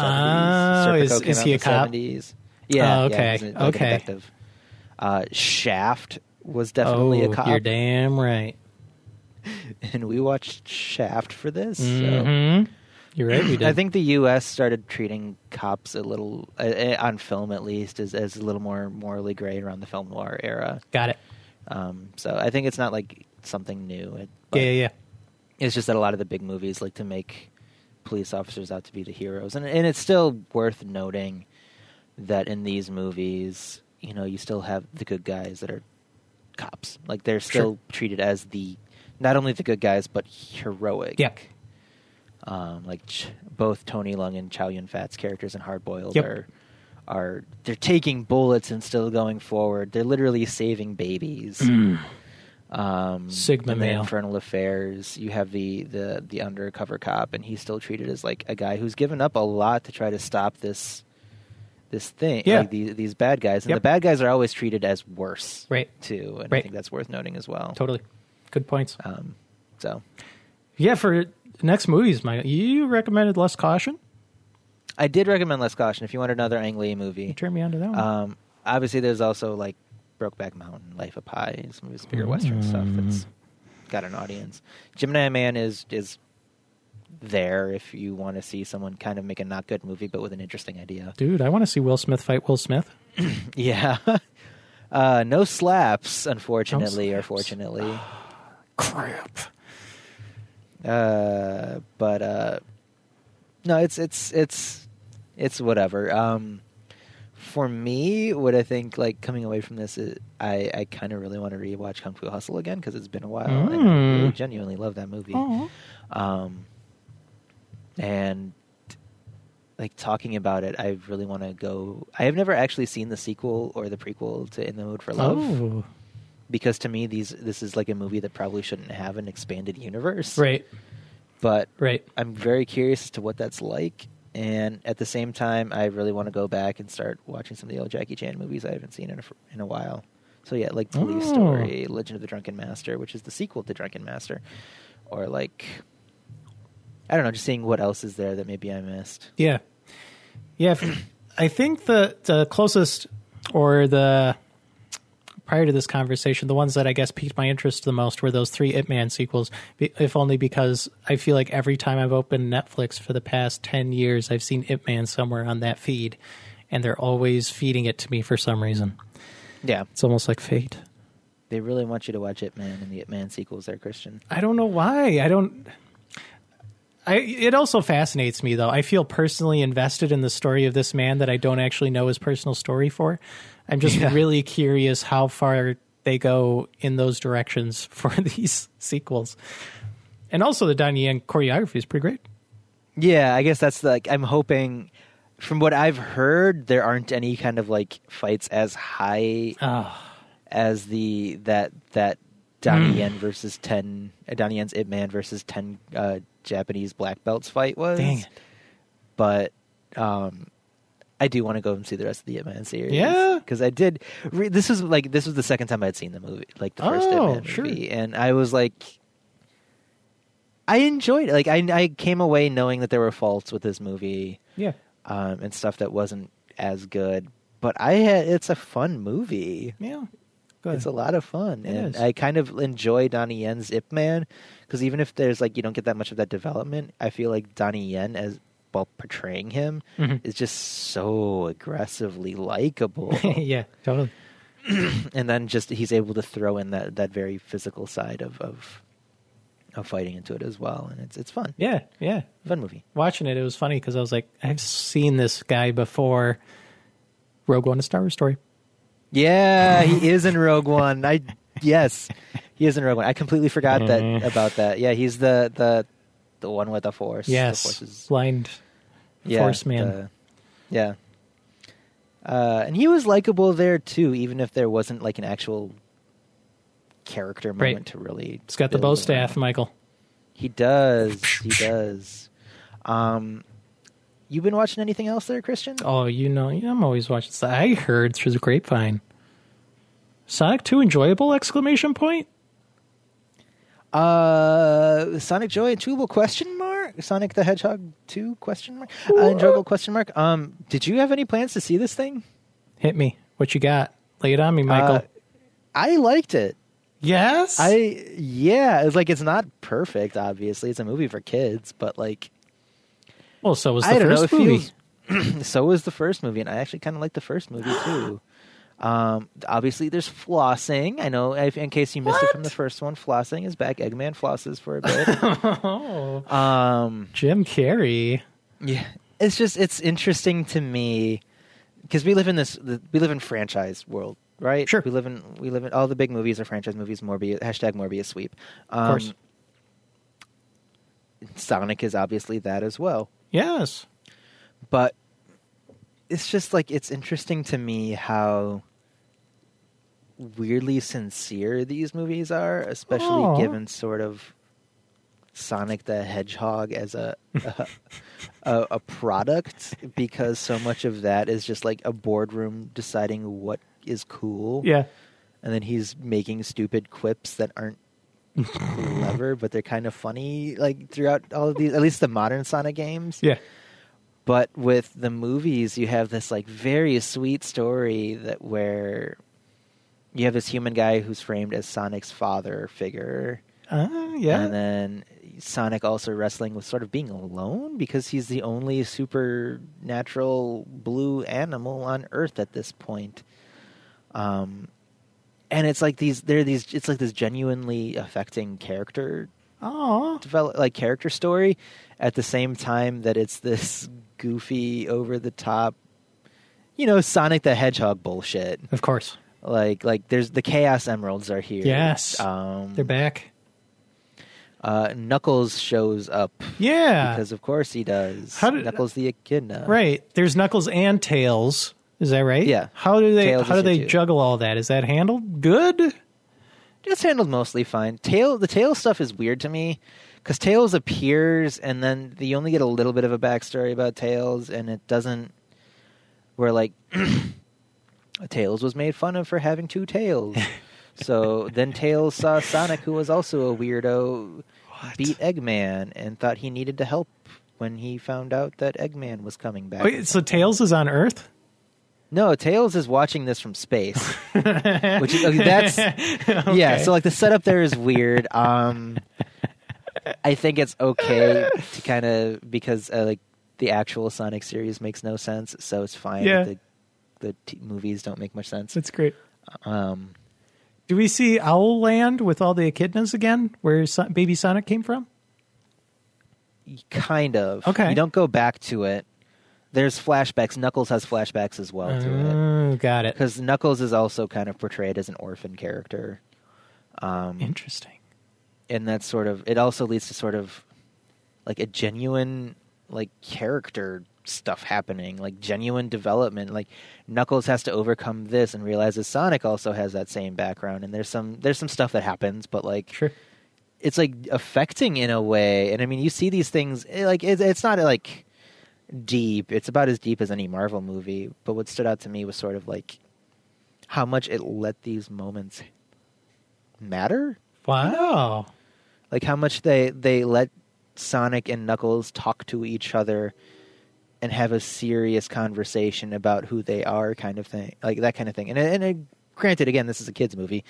[SPEAKER 2] seventies.
[SPEAKER 3] is- is he a cop?
[SPEAKER 2] Seventies. Yeah. yeah,
[SPEAKER 3] Oh,
[SPEAKER 2] he
[SPEAKER 3] okay,
[SPEAKER 2] was a- like a
[SPEAKER 3] okay.
[SPEAKER 2] detective. Uh, Shaft was definitely
[SPEAKER 3] oh,
[SPEAKER 2] a cop,
[SPEAKER 3] you're damn right.
[SPEAKER 2] and we watched Shaft for this. So.
[SPEAKER 3] Mhm. You're right. We did.
[SPEAKER 2] I think the U.S. started treating cops a little, uh, uh, on film at least, as, as a little more morally gray around the film noir era.
[SPEAKER 3] got it.
[SPEAKER 2] Um, so I think it's not like something new. It, but
[SPEAKER 3] Yeah, yeah, yeah.
[SPEAKER 2] It's just that a lot of the big movies like to make police officers out to be the heroes, and and it's still worth noting that in these movies, you know, you still have the good guys that are cops. Like they're still treated as the not only the good guys but heroic.
[SPEAKER 3] Yeah.
[SPEAKER 2] Um, like Ch- both Tony Lung and Chow Yun Fat's characters in Hard Boiled
[SPEAKER 3] Yep.
[SPEAKER 2] are are they're taking bullets and still going forward. They're literally saving babies. Um,
[SPEAKER 3] Mm. Sigma
[SPEAKER 2] and then
[SPEAKER 3] male.
[SPEAKER 2] Infernal Affairs. You have the the the undercover cop, and he's still treated as like a guy who's given up a lot to try to stop this this thing.
[SPEAKER 3] Yeah.
[SPEAKER 2] like these, these bad guys, and
[SPEAKER 3] Yep.
[SPEAKER 2] the bad guys are always treated as worse,
[SPEAKER 3] Right.
[SPEAKER 2] Too, and I
[SPEAKER 3] Right.
[SPEAKER 2] think that's worth noting as well.
[SPEAKER 3] Totally. Good points.
[SPEAKER 2] Um, so
[SPEAKER 3] Yeah, for next movies, Michael, you recommended Less Caution.
[SPEAKER 2] I did recommend Less Caution if you want another Ang Lee movie.
[SPEAKER 3] You turned me on to that one.
[SPEAKER 2] Um, obviously, there's also like Brokeback Mountain, Life of Pi, some of his bigger Western stuff that's got an audience. Gemini Man is is there if you want to see someone kind of make a not good movie but with an interesting idea.
[SPEAKER 3] Dude, I want to see Will Smith fight Will Smith.
[SPEAKER 2] Yeah. Uh, no slaps, unfortunately, or
[SPEAKER 3] slaps.
[SPEAKER 2] fortunately.
[SPEAKER 3] Crap.
[SPEAKER 2] Uh, but uh, no, it's it's it's it's whatever. Um, for me, what I think like coming away from this, is I I kind of really want to rewatch Kung Fu Hustle again because it's been a while, and I
[SPEAKER 3] Mm. Oh.
[SPEAKER 2] really genuinely love that movie. Um, and like talking about it, I really want to go. I have never actually seen the sequel or the prequel to In the Mood for Love
[SPEAKER 3] Oh.
[SPEAKER 2] because to me, these this is like a movie that probably shouldn't have an expanded universe,
[SPEAKER 3] Right,
[SPEAKER 2] But
[SPEAKER 3] right.
[SPEAKER 2] I'm very curious as to what that's like. And at the same time, I really want to go back and start watching some of the old Jackie Chan movies I haven't seen in a, fr- in a while. So yeah, like Police
[SPEAKER 3] Oh.
[SPEAKER 2] Story, Legend of the Drunken Master, which is the sequel to Drunken Master, or like I don't know, just seeing what else is there that maybe I missed.
[SPEAKER 3] Yeah. Yeah. if- I think the, the closest or the prior to this conversation, the ones that I guess piqued my interest the most were those three It Man sequels, be- if only because I feel like every time I've opened Netflix for the past 10 years, I've seen It Man somewhere on that feed, and they're always feeding it to me for some reason.
[SPEAKER 2] Yeah,
[SPEAKER 3] It's almost like fate.
[SPEAKER 2] they really want you to watch It Man and the It Man sequels. There, Christian.
[SPEAKER 3] I don't know why. I don't. I, it also fascinates me though. I feel personally invested in the story of this man that I don't actually know his personal story for. I'm just really curious how far they go in those directions for these sequels. And also the Donnie Yen choreography is pretty great.
[SPEAKER 2] Yeah, I guess that's like I'm hoping. From what I've heard, there aren't any kind of like fights as high as the that that
[SPEAKER 3] Mm.
[SPEAKER 2] Donnie Yen versus ten uh, Donnie Yen's Ip Man versus ten uh, Japanese black belts fight was.
[SPEAKER 3] Dang it.
[SPEAKER 2] But um, I do want to go and see the rest of the Ip Man series.
[SPEAKER 3] Yeah.
[SPEAKER 2] because I did. Re- this was like this was the second time I'd seen the movie, like the first
[SPEAKER 3] Oh,
[SPEAKER 2] Ip Man
[SPEAKER 3] sure.
[SPEAKER 2] movie, and I was like. I enjoyed it. Like I, I came away knowing that there were faults with this movie
[SPEAKER 3] Yeah.
[SPEAKER 2] um, and stuff that wasn't as good. But I had it's a fun movie.
[SPEAKER 3] Yeah. Good.
[SPEAKER 2] It's a lot of fun,
[SPEAKER 3] It
[SPEAKER 2] and
[SPEAKER 3] is.
[SPEAKER 2] I kind of enjoy Donnie Yen's Ip Man because even if there's like you don't get that much of that development, I feel like Donnie Yen as while portraying him
[SPEAKER 3] Mhm.
[SPEAKER 2] is just so aggressively likable,
[SPEAKER 3] yeah, totally.
[SPEAKER 2] and then just he's able to throw in that that very physical side of of of fighting into it as well, and it's it's fun,
[SPEAKER 3] Yeah, yeah.
[SPEAKER 2] fun movie.
[SPEAKER 3] Watching it, it was funny because I was like, I've seen this guy before. Rogue One: A Star Wars Story.
[SPEAKER 2] Yeah, he is in Rogue One. I yes, he is in Rogue One. I completely forgot
[SPEAKER 3] Mm-hmm.
[SPEAKER 2] that about that. Yeah, he's the the the one with the force. The
[SPEAKER 3] Yes,
[SPEAKER 2] force is-
[SPEAKER 3] blind
[SPEAKER 2] yeah,
[SPEAKER 3] force man.
[SPEAKER 2] the- yeah. Uh, and he was likable there too, even if there wasn't like an actual character
[SPEAKER 3] Right.
[SPEAKER 2] moment to really.
[SPEAKER 3] It's got the bow
[SPEAKER 2] build
[SPEAKER 3] staff,
[SPEAKER 2] around.
[SPEAKER 3] Michael.
[SPEAKER 2] He does. He does. Um, you been watching anything else there, Christian?
[SPEAKER 3] Oh, you know, you know, I'm always watching. So I heard through the grapevine. Sonic Two enjoyable! Exclamation point.
[SPEAKER 2] Uh, Sonic Joy enjoyable question mark? Sonic the Hedgehog two question mark? Uh, enjoyable question mark? Um, did you have any plans to see this thing?
[SPEAKER 3] Hit me. What you got? Lay it on me, Michael.
[SPEAKER 2] Uh, I liked it.
[SPEAKER 3] yes.
[SPEAKER 2] I yeah, it's like it's not perfect. Obviously, it's a movie for kids, but like
[SPEAKER 3] well, so was the
[SPEAKER 2] I don't
[SPEAKER 3] first
[SPEAKER 2] know.
[SPEAKER 3] movie.
[SPEAKER 2] It feels, so was the first movie, and I actually kind of like the first movie too. Um, obviously, there's flossing. I know. If, in case you missed it from the first one, flossing is back. Eggman flosses for a bit.
[SPEAKER 3] Oh,
[SPEAKER 2] um,
[SPEAKER 3] Jim Carrey.
[SPEAKER 2] yeah, it's just it's interesting to me because we live in this we live in franchise world, right?
[SPEAKER 3] Sure.
[SPEAKER 2] We live in we live in all the big movies are franchise movies. Morbius hashtag Morbius sweep. Um,
[SPEAKER 3] course.
[SPEAKER 2] Sonic is obviously that as well.
[SPEAKER 3] Yes.
[SPEAKER 2] but it's just like it's interesting to me how weirdly sincere these movies are, especially
[SPEAKER 3] Aw.
[SPEAKER 2] given sort of Sonic the Hedgehog as a a, a a product, because so much of that is just like a boardroom deciding what is cool,
[SPEAKER 3] Yeah.
[SPEAKER 2] and then he's making stupid quips that aren't clever, but they're kind of funny. Like throughout all of these, at least the modern Sonic games,
[SPEAKER 3] Yeah.
[SPEAKER 2] but with the movies you have this like very sweet story that where you have this human guy who's framed as sonic's father figure
[SPEAKER 3] Uh, yeah.
[SPEAKER 2] and then sonic also wrestling with sort of being alone because he's the only supernatural blue animal on earth at this point um and it's like these they're these it's like this genuinely affecting character
[SPEAKER 3] oh.
[SPEAKER 2] develop like character story at the same time that it's this goofy over the top you know sonic the hedgehog bullshit
[SPEAKER 3] Of course.
[SPEAKER 2] like like there's the chaos emeralds are here
[SPEAKER 3] Yes.
[SPEAKER 2] um
[SPEAKER 3] They're back.
[SPEAKER 2] uh knuckles shows up
[SPEAKER 3] Yeah.
[SPEAKER 2] because of course he does
[SPEAKER 3] How did-
[SPEAKER 2] knuckles the echidna
[SPEAKER 3] right. There's Knuckles and Tails. Is that right?
[SPEAKER 2] Yeah.
[SPEAKER 3] How do they
[SPEAKER 2] Tails
[SPEAKER 3] how do
[SPEAKER 2] is
[SPEAKER 3] they
[SPEAKER 2] it, too.
[SPEAKER 3] juggle all that? Is that handled good?
[SPEAKER 2] it's handled mostly fine tail the tail stuff is weird to me because tails appears and then you only get a little bit of a backstory about tails and it doesn't where like Tails was made fun of for having two tails. so then Tails saw Sonic, who was also a weirdo, beat Eggman and thought he needed to help when he found out that Eggman was coming back.
[SPEAKER 3] Wait, Oh, so Tails is on Earth?
[SPEAKER 2] No, Tails is watching this from space. which is, okay, that's yeah. So like the setup there is weird. Um, I think it's okay to kind of because uh, like the actual Sonic series makes no sense, so it's fine.
[SPEAKER 3] Yeah.
[SPEAKER 2] that The, the t- movies don't make much sense.
[SPEAKER 3] That's great.
[SPEAKER 2] Um,
[SPEAKER 3] Do we see Owl Land with all the echidnas again, where Son- Baby Sonic came from?
[SPEAKER 2] kind of.
[SPEAKER 3] Okay.
[SPEAKER 2] You don't go back to it. There's flashbacks. Knuckles has flashbacks as well to it
[SPEAKER 3] Oh, got it.
[SPEAKER 2] because Knuckles is also kind of portrayed as an orphan character. Um,
[SPEAKER 3] Interesting.
[SPEAKER 2] and that's sort of it also leads to sort of like a genuine like character stuff happening like genuine development like knuckles has to overcome this and realizes sonic also has that same background and there's some there's some stuff that happens but like
[SPEAKER 3] Sure.
[SPEAKER 2] it's like affecting in a way and i mean you see these things eh, like it, it's not like deep it's about as deep as any marvel movie but what stood out to me was sort of like how much it let these moments matter
[SPEAKER 3] Wow.
[SPEAKER 2] like how much they they let Sonic and Knuckles talk to each other and have a serious conversation about who they are, kind of thing, like that kind of thing. And and uh, granted, again, this is a kids movie,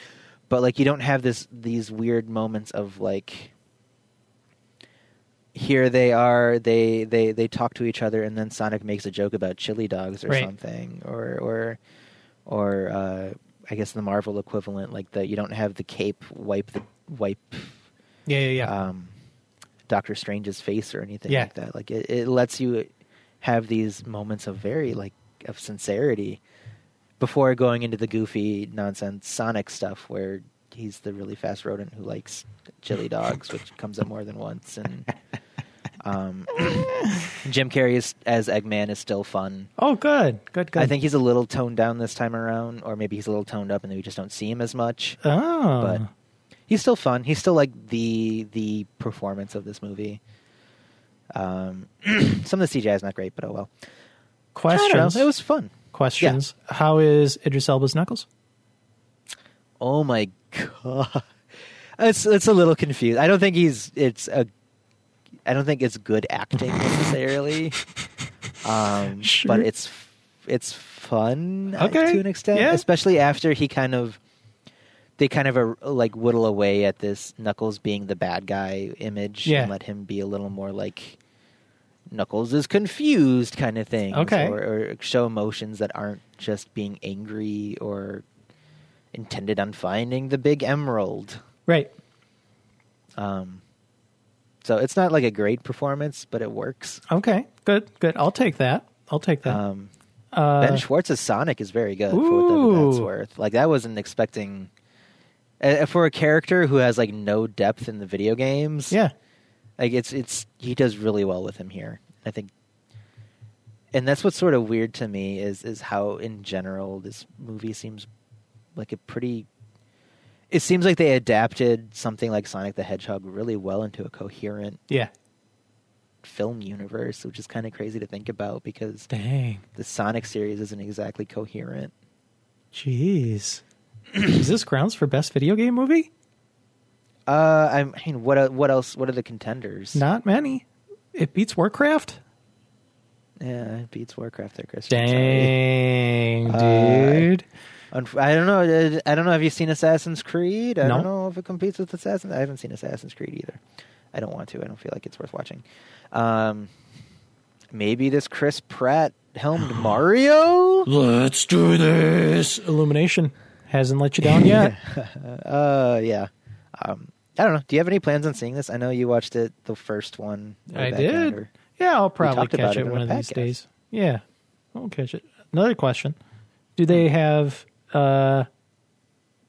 [SPEAKER 2] but like you don't have this these weird moments of like here they are they they they talk to each other and then Sonic makes a joke about chili dogs or
[SPEAKER 3] Right.
[SPEAKER 2] something or or or uh, I guess the Marvel equivalent like the you don't have the cape wipe the wipe
[SPEAKER 3] Yeah, yeah, yeah.
[SPEAKER 2] um, Doctor Strange's face or anything
[SPEAKER 3] Yeah.
[SPEAKER 2] like that. Like it, it lets you have these moments of very like of sincerity before going into the goofy nonsense Sonic stuff where he's the really fast rodent who likes chili dogs, which comes up more than once. And um, Jim Carrey is, as Eggman is still fun.
[SPEAKER 3] oh, good, good, good.
[SPEAKER 2] I think he's a little toned down this time around, or maybe he's a little toned up, and we just don't see him as much
[SPEAKER 3] Oh,
[SPEAKER 2] but he's still fun. He's still like the the performance of this movie. Um, some of the CGI is not great, but oh well. I don't know.
[SPEAKER 3] questions.
[SPEAKER 2] It was fun.
[SPEAKER 3] questions. How is Idris Elba's knuckles?
[SPEAKER 2] Oh my god, it's it's a little confused. I don't think he's it's a. I don't think it's good acting necessarily, um,
[SPEAKER 3] Sure.
[SPEAKER 2] but it's it's fun uh,
[SPEAKER 3] Okay.
[SPEAKER 2] to an extent,
[SPEAKER 3] Yeah.
[SPEAKER 2] especially after he kind of they kind of are, like whittle away at this Knuckles being the bad guy image
[SPEAKER 3] Yeah.
[SPEAKER 2] and let him be a little more like Knuckles is confused kind of thing.
[SPEAKER 3] Okay.
[SPEAKER 2] Or, or show emotions that aren't just being angry or intended on finding the big emerald.
[SPEAKER 3] Right.
[SPEAKER 2] Um, so it's not like a great performance, but it works.
[SPEAKER 3] Okay. Good. Good. I'll take that. I'll take that.
[SPEAKER 2] Um,
[SPEAKER 3] uh,
[SPEAKER 2] ben Schwartz's Sonic is very good for what that- that's
[SPEAKER 3] Ooh.
[SPEAKER 2] worth. Like that wasn't expecting uh, for a character who has like no depth in the video games.
[SPEAKER 3] yeah.
[SPEAKER 2] Like it's it's he does really well with him here. I think and that's what's sort of weird to me is is how in general this movie seems like a pretty it seems like they adapted something like Sonic the Hedgehog really well into a coherent
[SPEAKER 3] Yeah.
[SPEAKER 2] film universe, which is kind of crazy to think about because
[SPEAKER 3] Dang.
[SPEAKER 2] the Sonic series isn't exactly coherent.
[SPEAKER 3] Jeez. is this grounds for best video game movie?
[SPEAKER 2] Uh, I mean, what el- what else? What are the contenders?
[SPEAKER 3] Not many. It beats Warcraft.
[SPEAKER 2] Yeah, it beats Warcraft there, Chris. I'm sorry.
[SPEAKER 3] Dang,
[SPEAKER 2] Uh,
[SPEAKER 3] dude.
[SPEAKER 2] Unf- I don't know. uh, I don't know. Have you seen Assassin's Creed? I
[SPEAKER 3] No.
[SPEAKER 2] don't know if it competes with Assassin. I haven't seen Assassin's Creed either. I don't want to. I don't feel like it's worth watching. Um, maybe this Chris Pratt helmed Mario.
[SPEAKER 3] Let's do this. Illumination hasn't let you down yet.
[SPEAKER 2] Uh, yeah. Um, I don't know. Do you have any plans on seeing this? I know you watched it, the first one. way
[SPEAKER 3] I
[SPEAKER 2] back
[SPEAKER 3] did.
[SPEAKER 2] yonder.
[SPEAKER 3] Yeah, I'll probably
[SPEAKER 2] talked about
[SPEAKER 3] catch
[SPEAKER 2] it
[SPEAKER 3] it
[SPEAKER 2] on
[SPEAKER 3] one
[SPEAKER 2] the
[SPEAKER 3] of these
[SPEAKER 2] podcast.
[SPEAKER 3] days. Yeah, I'll catch it. Another question: Do they
[SPEAKER 2] Hmm.
[SPEAKER 3] have uh,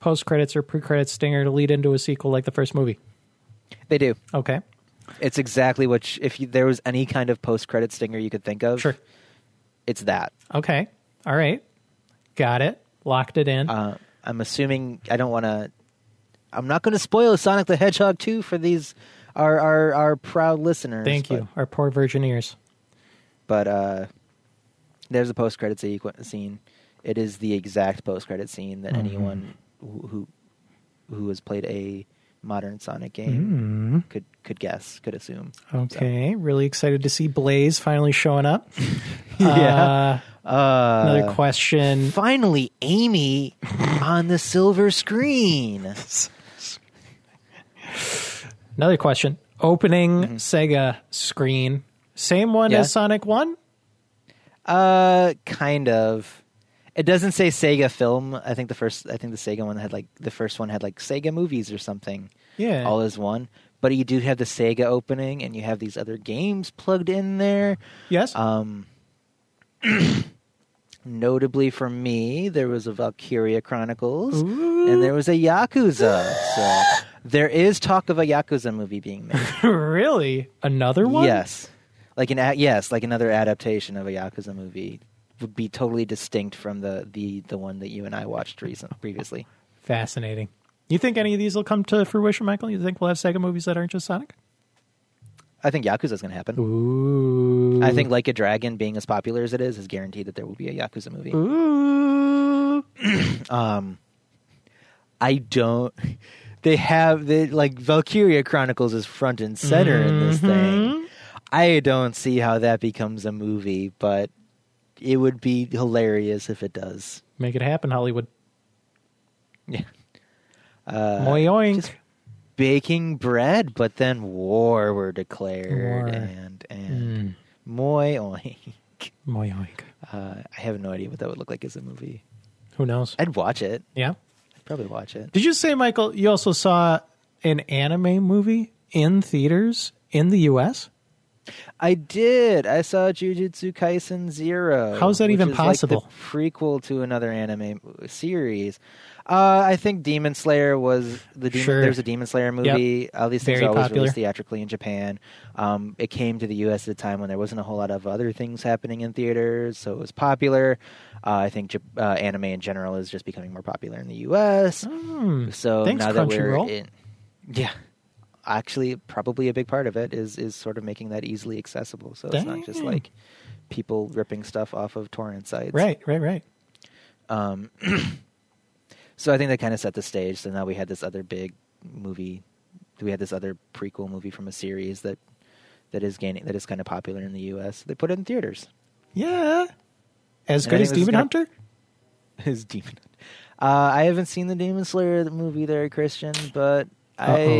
[SPEAKER 3] post credits or pre credits stinger to lead into a sequel like the first movie?
[SPEAKER 2] They do.
[SPEAKER 3] Okay,
[SPEAKER 2] It's exactly what sh- if you, there was any kind of post credit stinger you could think of.
[SPEAKER 3] sure.
[SPEAKER 2] it's that.
[SPEAKER 3] Okay, all right, got it. Locked it in.
[SPEAKER 2] Uh, I'm assuming I don't want to. I'm not going to spoil Sonic the Hedgehog 2 for these our our, our proud listeners.
[SPEAKER 3] Thank you, our poor virgin ears.
[SPEAKER 2] But, but uh, there's a post credit scene. It is the exact post credit scene that
[SPEAKER 3] Mm-hmm.
[SPEAKER 2] anyone who who- who has played a modern Sonic game could could guess, could assume.
[SPEAKER 3] Mm-hmm. Okay, really excited to see Blaze finally showing up.
[SPEAKER 2] Yeah.
[SPEAKER 3] Uh, another question.
[SPEAKER 2] Finally, Amy on the silver screen.
[SPEAKER 3] Another question. Opening Sega screen. Same one
[SPEAKER 2] Mm-hmm. Yeah.
[SPEAKER 3] as Sonic 1?
[SPEAKER 2] Uh, kind of. It doesn't say Sega film. I think the first, I think the Sega one had like the first one had like Sega movies or something.
[SPEAKER 3] Yeah.
[SPEAKER 2] all as one. But you do have the Sega opening, and you have these other games plugged in there.
[SPEAKER 3] Yes.
[SPEAKER 2] Um, notably for me, there was a Valkyria Chronicles, and there was a Yakuza. so there is talk of a Yakuza movie being made.
[SPEAKER 3] really? Another one?
[SPEAKER 2] Yes, like an a- yes, like another adaptation of a yakuza movie would be totally distinct from the the the one that you and I watched recent previously.
[SPEAKER 3] Fascinating. You think any of these will come to fruition, Michael? You think we'll have Sega movies that aren't just Sonic?
[SPEAKER 2] I think yakuza's going to happen.
[SPEAKER 3] Ooh.
[SPEAKER 2] I think Like a Dragon being as popular as it is is guaranteed that there will be a yakuza movie.
[SPEAKER 3] Ooh.
[SPEAKER 2] Um, I don't. They have the like Valkyria Chronicles is front and center in this thing. I don't see how that becomes a movie, but it would be hilarious if it does.
[SPEAKER 3] Make it happen, Hollywood.
[SPEAKER 2] Yeah. Uh,
[SPEAKER 3] Moi oink.
[SPEAKER 2] just baking bread, but then war were declared,
[SPEAKER 3] War.
[SPEAKER 2] and and moi oink.
[SPEAKER 3] Moi oink.
[SPEAKER 2] Uh, I have no idea what that would look like as a movie.
[SPEAKER 3] Who knows?
[SPEAKER 2] I'd watch it.
[SPEAKER 3] yeah.
[SPEAKER 2] I'd probably watch it.
[SPEAKER 3] Did you say, Michael, you also saw an anime movie in theaters in the U.S.?
[SPEAKER 2] I did. I saw Jujutsu Kaisen Zero.
[SPEAKER 3] How is that
[SPEAKER 2] which
[SPEAKER 3] even
[SPEAKER 2] like, the
[SPEAKER 3] possible?
[SPEAKER 2] prequel to another anime series. Uh, I think Demon Slayer was the demon,
[SPEAKER 3] Sure.
[SPEAKER 2] there's a Demon Slayer movie. Uh, these things
[SPEAKER 3] Very
[SPEAKER 2] are always
[SPEAKER 3] popular.
[SPEAKER 2] released theatrically in Japan. Um, it came to the U.S. at a time when there wasn't a whole lot of other things happening in theaters, so it was popular. Uh, I think Jap- uh, anime in general is just becoming more popular in the U.S.
[SPEAKER 3] Hmm.
[SPEAKER 2] So
[SPEAKER 3] Thanks,
[SPEAKER 2] now that we're
[SPEAKER 3] Crunchyroll.
[SPEAKER 2] in, yeah, actually, probably a big part of it is is sort of making that easily accessible. So it's not just
[SPEAKER 3] Dang.
[SPEAKER 2] like people ripping stuff off of torrent sites,
[SPEAKER 3] Right, right, right.
[SPEAKER 2] Um, so I think that kind of set the stage. So now we had this other big movie. We had this other prequel movie from a series that that is gaining that is kind of popular in the U.S. They put it in theaters.
[SPEAKER 3] Yeah. As
[SPEAKER 2] And I
[SPEAKER 3] good
[SPEAKER 2] think
[SPEAKER 3] as
[SPEAKER 2] this is
[SPEAKER 3] Demon
[SPEAKER 2] gonna-
[SPEAKER 3] Hunter?
[SPEAKER 2] Is Demon? Uh, I haven't seen the Demon Slayer movie there, Christian, but I
[SPEAKER 3] Uh-oh.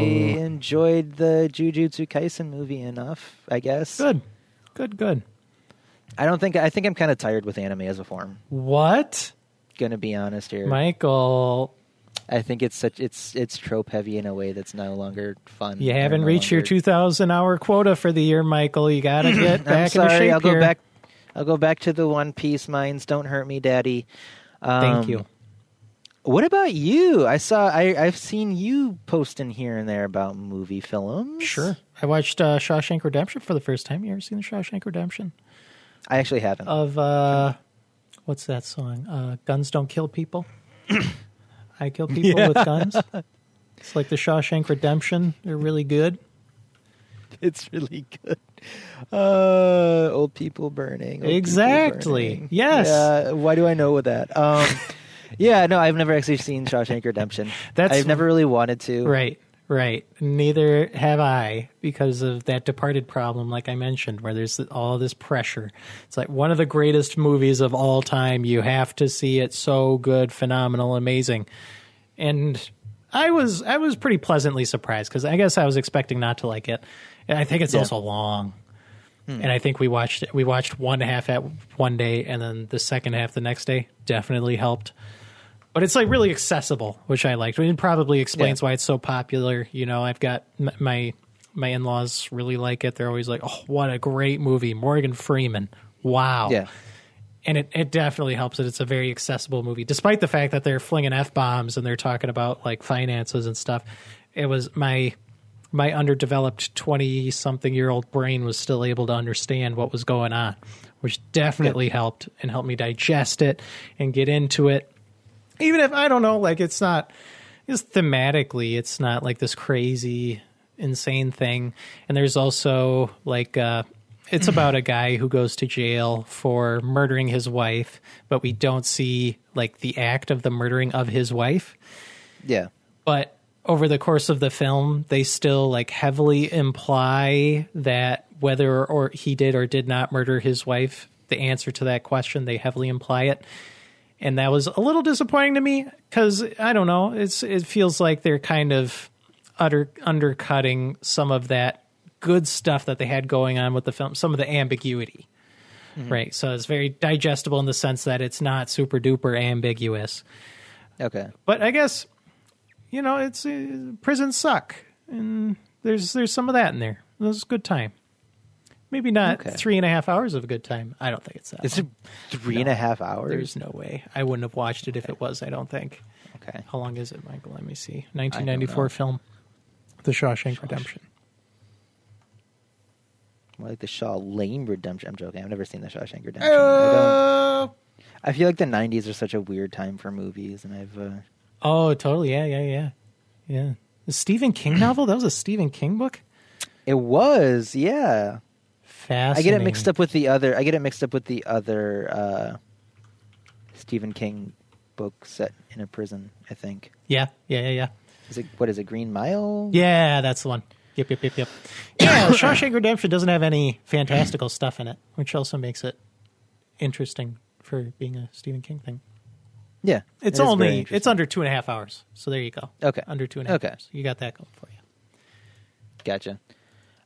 [SPEAKER 2] enjoyed the Jujutsu Kaisen movie enough. I guess.
[SPEAKER 3] Good. Good, good.
[SPEAKER 2] I don't think. I think I'm kind of tired with anime as a form.
[SPEAKER 3] What?
[SPEAKER 2] Gonna be honest here.
[SPEAKER 3] Michael,
[SPEAKER 2] I think it's such. It's it's trope heavy in a way that's no longer fun.
[SPEAKER 3] you
[SPEAKER 2] or
[SPEAKER 3] haven't
[SPEAKER 2] no
[SPEAKER 3] reached your
[SPEAKER 2] longer-
[SPEAKER 3] 2,000 hour quota for the year, Michael. You got to get
[SPEAKER 2] I'm
[SPEAKER 3] back into
[SPEAKER 2] sorry.
[SPEAKER 3] shape
[SPEAKER 2] I'll go
[SPEAKER 3] here.
[SPEAKER 2] back. I'll go back to the One Piece mines. Don't hurt me, Daddy. Um,
[SPEAKER 3] Thank you.
[SPEAKER 2] What about you? I saw. I, I've seen you posting here and there about movie films.
[SPEAKER 3] Sure. I watched uh, Shawshank Redemption for the first time. You ever seen the Shawshank Redemption?
[SPEAKER 2] I actually haven't.
[SPEAKER 3] Of, uh, what's that song? Uh, guns Don't Kill People. I kill people with guns. It's like the Shawshank Redemption. They're really good.
[SPEAKER 2] it's really good. Uh, old people burning. old people
[SPEAKER 3] Exactly.
[SPEAKER 2] burning.
[SPEAKER 3] Yes.
[SPEAKER 2] Yeah, why do I know with that? Um, yeah. No, I've never actually seen Shawshank Redemption.
[SPEAKER 3] That's-
[SPEAKER 2] I've never really wanted to.
[SPEAKER 3] Right, right. Neither have I because of that departed problem, like I mentioned, where there's all this pressure. It's like one of the greatest movies of all time. You have to see it. So good, phenomenal, amazing. And I was I was pretty pleasantly surprised because I guess I was expecting not to like it. And I think it's also long. And I think we watched it. We watched one half at one day, and then the second half the next day. Definitely helped but it's like really accessible, which I liked. It probably explains why it's so popular. You know, I've got m- my my in laws really like it. They're always like, "Oh, what a great movie, Morgan Freeman! Wow!"
[SPEAKER 2] Yeah.
[SPEAKER 3] and it, it definitely helps that it's a very accessible movie, despite the fact that they're flinging f bombs and they're talking about like finances and stuff. It was my my underdeveloped twenty something year old brain was still able to understand what was going on, which definitely helped and helped me digest it and get into it. Even if I don't know, like it's not just thematically, it's not like this crazy insane thing. And there's also like uh it's about a guy who goes to jail for murdering his wife, but we don't see like the act of the murdering of his wife
[SPEAKER 2] Yeah.
[SPEAKER 3] but over the course of the film they still like heavily imply that whether or he did or did not murder his wife the answer to that question they heavily imply it and that was a little disappointing to me cuz i don't know it's it feels like they're kind of utter undercutting some of that good stuff that they had going on with the film some of the ambiguity right so it's very digestible in the sense that it's not super duper ambiguous
[SPEAKER 2] Okay.
[SPEAKER 3] but I guess you know it's uh, prisons suck, and there's there's some of that in there. It was a good time. Maybe not
[SPEAKER 2] Okay.
[SPEAKER 3] three and a half hours of a good time. I don't think it's that.
[SPEAKER 2] It's
[SPEAKER 3] long.
[SPEAKER 2] three and a half hours.
[SPEAKER 3] There's no way. I wouldn't have watched it if it was. I don't think.
[SPEAKER 2] Okay.
[SPEAKER 3] How long is it, Michael? Let me see. 1994 film, The Shawshank Redemption.
[SPEAKER 2] More like the Shaw Lane Redemption. I'm joking. I've never seen the Shawshank Redemption. I, don't,
[SPEAKER 3] Oh,
[SPEAKER 2] I feel like the '90s are such a weird time for movies, and I've. Uh,
[SPEAKER 3] oh, totally. Yeah, yeah, yeah, yeah. The Stephen King novel. That was a Stephen King book.
[SPEAKER 2] it was, yeah. I
[SPEAKER 3] Fascinating.
[SPEAKER 2] get it mixed up with the other. I get it mixed up with the other uh, Stephen King book set in a prison. I think
[SPEAKER 3] Yeah, yeah, yeah, yeah.
[SPEAKER 2] is it what is it Green Mile?
[SPEAKER 3] Yeah, that's the one. Yep, yep, yep, yep. Yeah, Shawshank Redemption doesn't have any fantastical stuff in it, which also makes it interesting for being a Stephen King thing.
[SPEAKER 2] yeah.
[SPEAKER 3] It's
[SPEAKER 2] It is very
[SPEAKER 3] only
[SPEAKER 2] interesting.
[SPEAKER 3] it's under two and a half hours, so there you go.
[SPEAKER 2] Okay.
[SPEAKER 3] under two and a half
[SPEAKER 2] Okay.
[SPEAKER 3] hours. You got that going for you.
[SPEAKER 2] gotcha.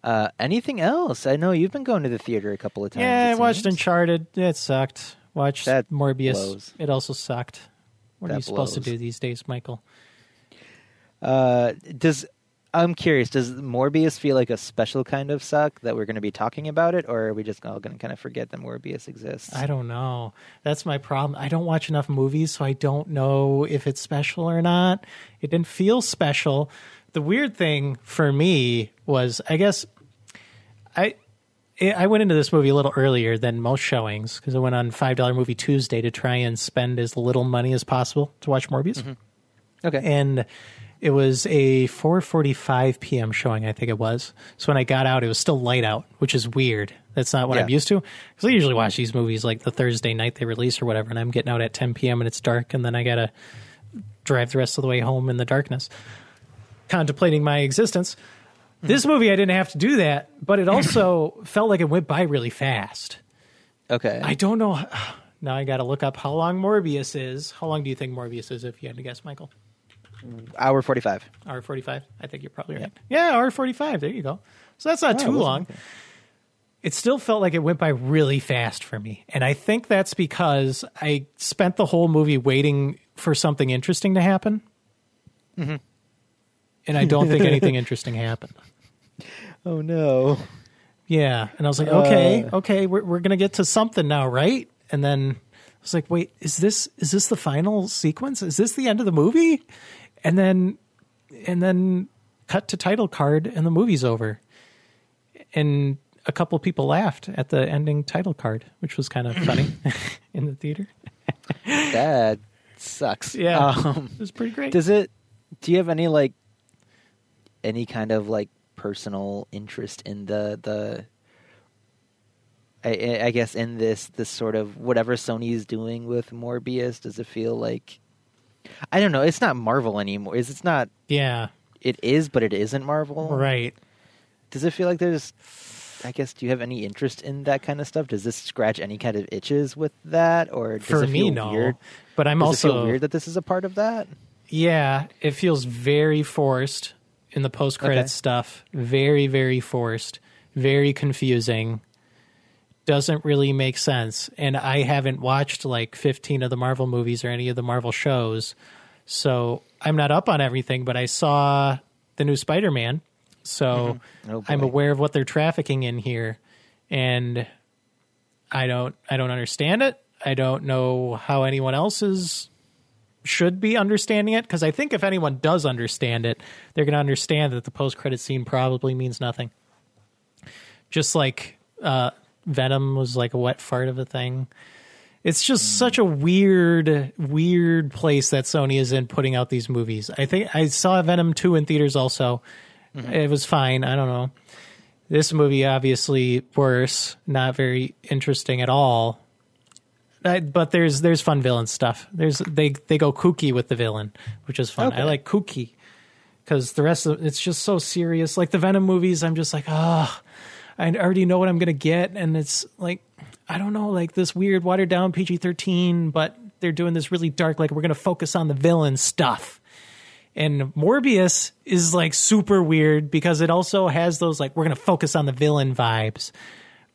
[SPEAKER 2] Uh, anything else? I know you've been going to the theater a couple of times.
[SPEAKER 3] yeah, I
[SPEAKER 2] it
[SPEAKER 3] watched
[SPEAKER 2] seems.
[SPEAKER 3] Uncharted. It sucked. Watched
[SPEAKER 2] That
[SPEAKER 3] Morbius.
[SPEAKER 2] blows.
[SPEAKER 3] It also sucked. What are
[SPEAKER 2] That
[SPEAKER 3] you supposed to
[SPEAKER 2] blows.
[SPEAKER 3] do these days, Michael?
[SPEAKER 2] Uh, does I'm curious. Does Morbius feel like a special kind of suck that we're going to be talking about it, or are we just all going to kind of forget that Morbius exists?
[SPEAKER 3] I don't know. That's my problem. I don't watch enough movies, so I don't know if it's special or not. It didn't feel special. The weird thing for me was, I guess, I I I went into this movie a little earlier than most showings because I went on five dollar movie Tuesday to try and spend as little money as possible to watch Morbius,
[SPEAKER 2] okay.
[SPEAKER 3] and it was a four forty five p.m. showing. I think it was. So when I got out, it was still light out, which is weird. That's not what I'm
[SPEAKER 2] Yeah.
[SPEAKER 3] used to because I usually watch these movies like the Thursday night they release or whatever, and I'm getting out at ten p.m. and it's dark, and then I gotta drive the rest of the way home in the darkness, contemplating my existence. This movie, I didn't have to do that, but it also felt like it went by really fast.
[SPEAKER 2] okay.
[SPEAKER 3] I don't know. Now I got to look up how long Morbius is. How long do you think Morbius is, if you had to guess, Michael?
[SPEAKER 2] Hour forty-five.
[SPEAKER 3] Hour 45? I think you're probably right. Yeah, hour 45. There you go. So that's not too
[SPEAKER 2] wasn't
[SPEAKER 3] long. It still felt like it went by really fast for me. And I think that's because I spent the whole movie waiting for something interesting to happen. And I don't think anything interesting happened.
[SPEAKER 2] Oh no.
[SPEAKER 3] Yeah. And I was like, okay,
[SPEAKER 2] Uh.
[SPEAKER 3] okay, we're we're gonna get to something now, right? And then I was like, wait, is this is this the final sequence? Is this the end of the movie? And then and then cut to title card and the movie's over. And a couple people laughed at the ending title card, which was kind of funny in the theater.
[SPEAKER 2] That sucks.
[SPEAKER 3] Yeah.
[SPEAKER 2] Um,
[SPEAKER 3] It was pretty great.
[SPEAKER 2] does it? Do you have any like any kind of like personal interest in the the? I, I- I guess in this this sort of whatever Sony's doing with Morbius, does it feel like? I don't know. It's not Marvel anymore. Is it's not.
[SPEAKER 3] yeah.
[SPEAKER 2] It is, but it isn't Marvel.
[SPEAKER 3] Right.
[SPEAKER 2] Does it feel like there's? I guess. Do you have any interest in that kind of stuff? Does this scratch any kind of itches with that, or does
[SPEAKER 3] For
[SPEAKER 2] it
[SPEAKER 3] me,
[SPEAKER 2] feel
[SPEAKER 3] no.
[SPEAKER 2] weird?
[SPEAKER 3] But I'm
[SPEAKER 2] does
[SPEAKER 3] also
[SPEAKER 2] it feel weird that this is a part of that?
[SPEAKER 3] Yeah, it feels very forced in the post
[SPEAKER 2] Okay.
[SPEAKER 3] credits stuff. Very, very forced. Very confusing. Doesn't really make sense. And I haven't watched like 15 of the Marvel movies or any of the Marvel shows. So I'm not up on everything, but I saw the new Spider Man. So
[SPEAKER 2] Oh,
[SPEAKER 3] I'm
[SPEAKER 2] boy.
[SPEAKER 3] aware of what they're trafficking in here. And I don't I don't understand it. I don't know how anyone else is should be understanding it because I think if anyone does understand it, they're going to understand that the post credit scene probably means nothing. Just like uh, Venom was like a wet fart of a thing. It's just such a weird, weird place that Sony is in putting out these movies. I think I saw Venom 2 in theaters also. It was fine. I don't know. This movie, obviously, worse, not very interesting at all. I, but there's there's fun villain stuff. There's they they go kooky with the villain, which is fun. I
[SPEAKER 2] Okay.
[SPEAKER 3] like kooky because the rest of it's just so serious. Like the Venom movies, I'm just like, ah, I already know what I'm gonna get, and it's like, I don't know, like this weird watered down PG-13, but they're doing this really dark. Like we're gonna focus on the villain stuff. And Morbius is like super weird because it also has those like we're gonna focus on the villain vibes,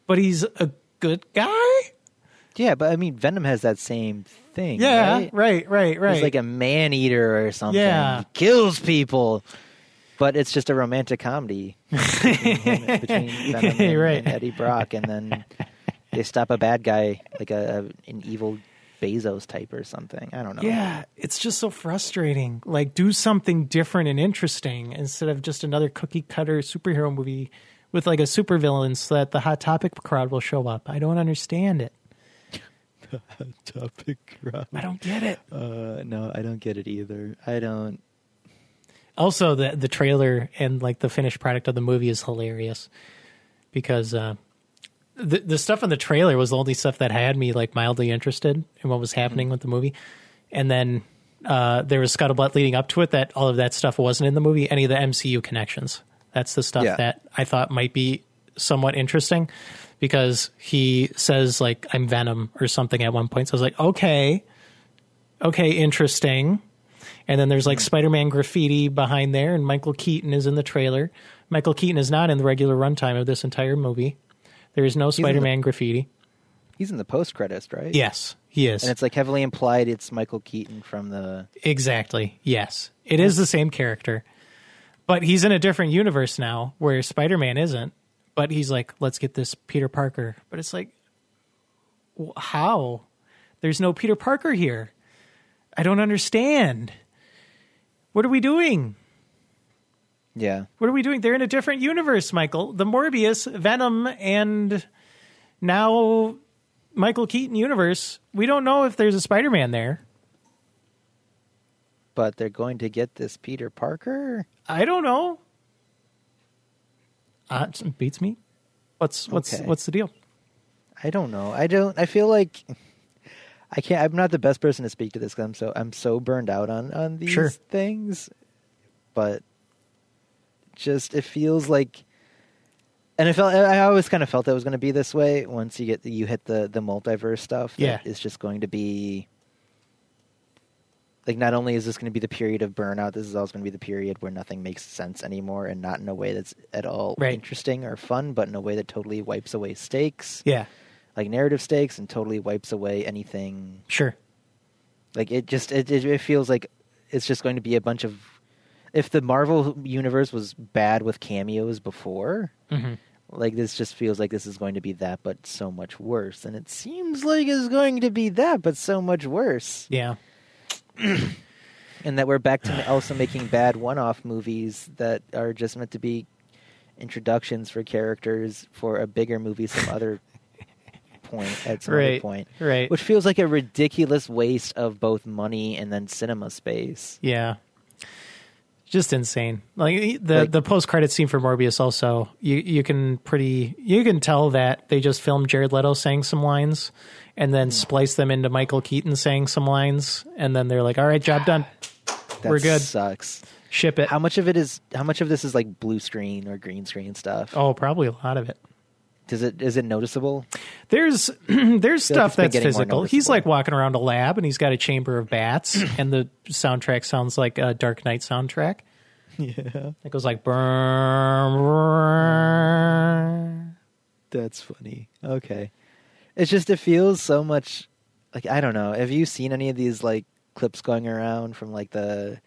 [SPEAKER 3] but he's a good guy.
[SPEAKER 2] Yeah, but I mean, Venom has that same thing.
[SPEAKER 3] Yeah,
[SPEAKER 2] right.
[SPEAKER 3] right, right, right.
[SPEAKER 2] He's like a man eater or something.
[SPEAKER 3] Yeah.
[SPEAKER 2] He kills people, but it's just a romantic comedy between, him- between Venom and,
[SPEAKER 3] Right.
[SPEAKER 2] and Eddie Brock, and then they stop a bad guy like a, a- an evil Bezos type or something. I don't know.
[SPEAKER 3] yeah, it's just so frustrating. Like, do something different and interesting instead of just another cookie cutter superhero movie with like a supervillain so that the Hot Topic crowd will show up. I don't understand it.
[SPEAKER 2] topic.
[SPEAKER 3] I don't get it.
[SPEAKER 2] Uh, no, I don't get it either. I don't.
[SPEAKER 3] Also, the the trailer and like the finished product of the movie is hilarious because uh, the the stuff in the trailer was the only stuff that had me like mildly interested in what was happening with the movie, and then uh, there was scuttlebutt leading up to it that all of that stuff wasn't in the movie. Any of the MCU connections. That's the stuff
[SPEAKER 2] Yeah.
[SPEAKER 3] that I thought might be somewhat interesting because he says like I'm Venom or something at one point. So I was like, okay, okay, interesting. And then there's like Spider Man graffiti behind there, and Michael Keaton is in the trailer. Michael Keaton is not in the regular runtime of this entire movie. There is no
[SPEAKER 2] in the-
[SPEAKER 3] Spider Man graffiti.
[SPEAKER 2] He's in the post credits, right?
[SPEAKER 3] Yes, he is.
[SPEAKER 2] And it's like heavily implied it's Michael Keaton from the
[SPEAKER 3] Hmm. exactly. Yes. It is the same character. But he's in a different universe now where Spider Man isn't. But he's like, let's get this Peter Parker. But it's like, w- how? There's no Peter Parker here. I don't understand. What are we doing?
[SPEAKER 2] Yeah.
[SPEAKER 3] What are we doing? They're in a different universe, Michael. The Morbius, Venom, and now Michael Keaton universe. We don't know if there's a Spider Man there.
[SPEAKER 2] But they're going to get this Peter Parker.
[SPEAKER 3] I don't know. Uh, it beats me. What's what's
[SPEAKER 2] Okay.
[SPEAKER 3] what's the deal?
[SPEAKER 2] I don't know. I don't. I feel like I can't. I'm not the best person to speak to this because I'm so I'm so burned out on on these
[SPEAKER 3] Sure.
[SPEAKER 2] things. But just it feels like, and it felt. I always kind of felt that it was going to be this way. Once you get you hit the the multiverse stuff, that
[SPEAKER 3] Yeah.
[SPEAKER 2] it's just going to be. Like not only is this going to be the period of burnout, this is also going to be the period where nothing makes sense anymore, and not in a way that's at all
[SPEAKER 3] Right.
[SPEAKER 2] interesting or fun, but in a way that totally wipes away stakes
[SPEAKER 3] Yeah,
[SPEAKER 2] like narrative stakes and totally wipes away anything
[SPEAKER 3] sure.
[SPEAKER 2] like it just it, it, it feels like it's just going to be a bunch of if the marvel universe was bad with cameos before
[SPEAKER 3] Mhm.
[SPEAKER 2] like this just feels like this is going to be that but so much worse and it seems like it's going to be that but so much worse
[SPEAKER 3] Yeah,
[SPEAKER 2] and that we're back to also making bad one-off movies that are just meant to be introductions for characters for a bigger movie some other point at some other
[SPEAKER 3] Right,
[SPEAKER 2] point
[SPEAKER 3] right.
[SPEAKER 2] which feels like a ridiculous waste of both money and then cinema space
[SPEAKER 3] yeah. Just insane. Like the
[SPEAKER 2] Like-
[SPEAKER 3] the post credit scene for Morbius. Also, you you can pretty you can tell that they just filmed Jared Leto saying some lines, and then spliced them into Michael Keaton saying some lines, and then they're like, "All right, job done.
[SPEAKER 2] that
[SPEAKER 3] We're good.
[SPEAKER 2] sucks
[SPEAKER 3] Ship it."
[SPEAKER 2] how much of it is how much of this is like blue screen or green screen stuff
[SPEAKER 3] oh, probably a lot of it.
[SPEAKER 2] does it is it noticeable
[SPEAKER 3] There's there's
[SPEAKER 2] like it's
[SPEAKER 3] stuff
[SPEAKER 2] been
[SPEAKER 3] that's
[SPEAKER 2] getting more
[SPEAKER 3] physical. He's
[SPEAKER 2] noticeable.
[SPEAKER 3] like walking around a lab and he's got a chamber of bats and the soundtrack sounds like a Dark Knight soundtrack. Yeah. It goes like burn, burn.
[SPEAKER 2] that's funny okay it's just it feels so much like i don't know have you seen any of these like clips going around from like the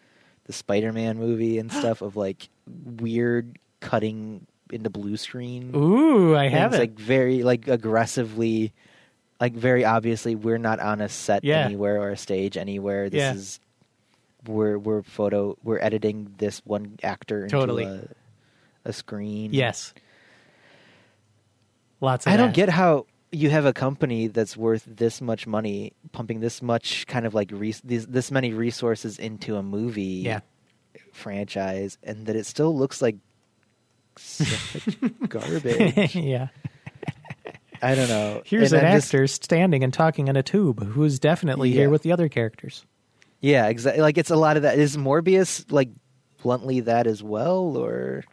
[SPEAKER 2] the spider-man movie and stuff of like weird cutting into blue screen
[SPEAKER 3] Ooh, I
[SPEAKER 2] things,
[SPEAKER 3] have it.
[SPEAKER 2] like very like aggressively like very obviously we're not on a set
[SPEAKER 3] Yeah.
[SPEAKER 2] anywhere or a stage anywhere this
[SPEAKER 3] Yeah.
[SPEAKER 2] is we're we're photo we're editing this one actor into
[SPEAKER 3] Totally.
[SPEAKER 2] a, a screen
[SPEAKER 3] yes. Lots of
[SPEAKER 2] i don't
[SPEAKER 3] that.
[SPEAKER 2] get how you have a company that's worth this much money pumping this much kind of like res- these, this many resources into a movie
[SPEAKER 3] Yeah.
[SPEAKER 2] franchise and that it still looks like such garbage
[SPEAKER 3] yeah.
[SPEAKER 2] i don't know
[SPEAKER 3] Here's
[SPEAKER 2] And
[SPEAKER 3] an
[SPEAKER 2] I'm just-
[SPEAKER 3] actor standing and talking in a tube who's definitely
[SPEAKER 2] Yeah.
[SPEAKER 3] here with the other characters.
[SPEAKER 2] Yeah, exactly. Like it's a lot of that. Is Morbius like bluntly that as well, or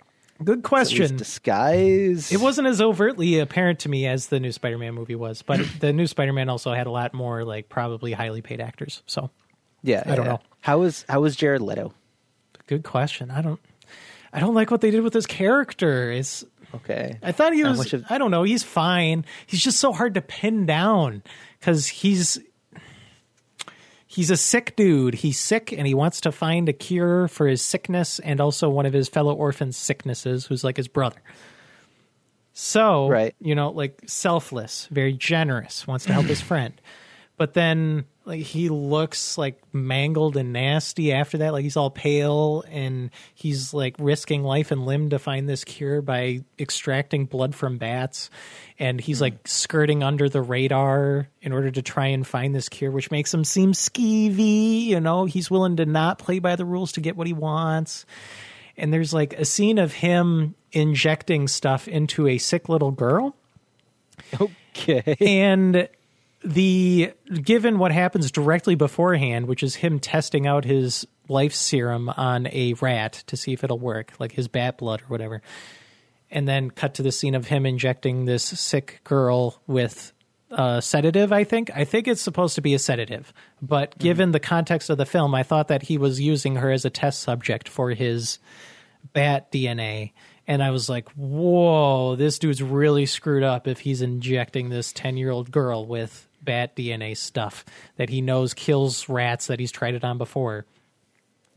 [SPEAKER 3] Good
[SPEAKER 2] is it at least
[SPEAKER 3] question.
[SPEAKER 2] disguise?
[SPEAKER 3] It wasn't as overtly apparent to me as the new Spider-Man movie was, but the new Spider-Man also had a lot more like probably highly paid actors. So,
[SPEAKER 2] Yeah,
[SPEAKER 3] I don't
[SPEAKER 2] yeah.
[SPEAKER 3] know.
[SPEAKER 2] How was how was Jared Leto?
[SPEAKER 3] good question. I don't I don't like what they did with this character. It's
[SPEAKER 2] Okay,
[SPEAKER 3] I thought he
[SPEAKER 2] How
[SPEAKER 3] was
[SPEAKER 2] much of-
[SPEAKER 3] I don't know, he's fine. He's just so hard to pin down cuz he's he's a sick dude. He's sick and he wants to find a cure for his sickness and also one of his fellow orphans' sicknesses who's like his brother. So,
[SPEAKER 2] Right.
[SPEAKER 3] you know, like selfless, very generous, wants to help his friend. But then like he looks like mangled and nasty after that, like he's all pale and he's like risking life and limb to find this cure by extracting blood from bats and he's like skirting under the radar in order to try and find this cure which makes him seem skeevy, you know, he's willing to not play by the rules to get what he wants and there's like a scene of him injecting stuff into a sick little girl
[SPEAKER 2] okay,
[SPEAKER 3] and the given what happens directly beforehand which is him testing out his life serum on a rat to see if it'll work like his bat blood or whatever and then cut to the scene of him injecting this sick girl with a sedative i think i think it's supposed to be a sedative but given the context of the film i thought that he was using her as a test subject for his bat DNA. And I was like, whoa, this dude's really screwed up if he's injecting this 10 year old girl with bat DNA stuff that he knows kills rats that he's tried it on before.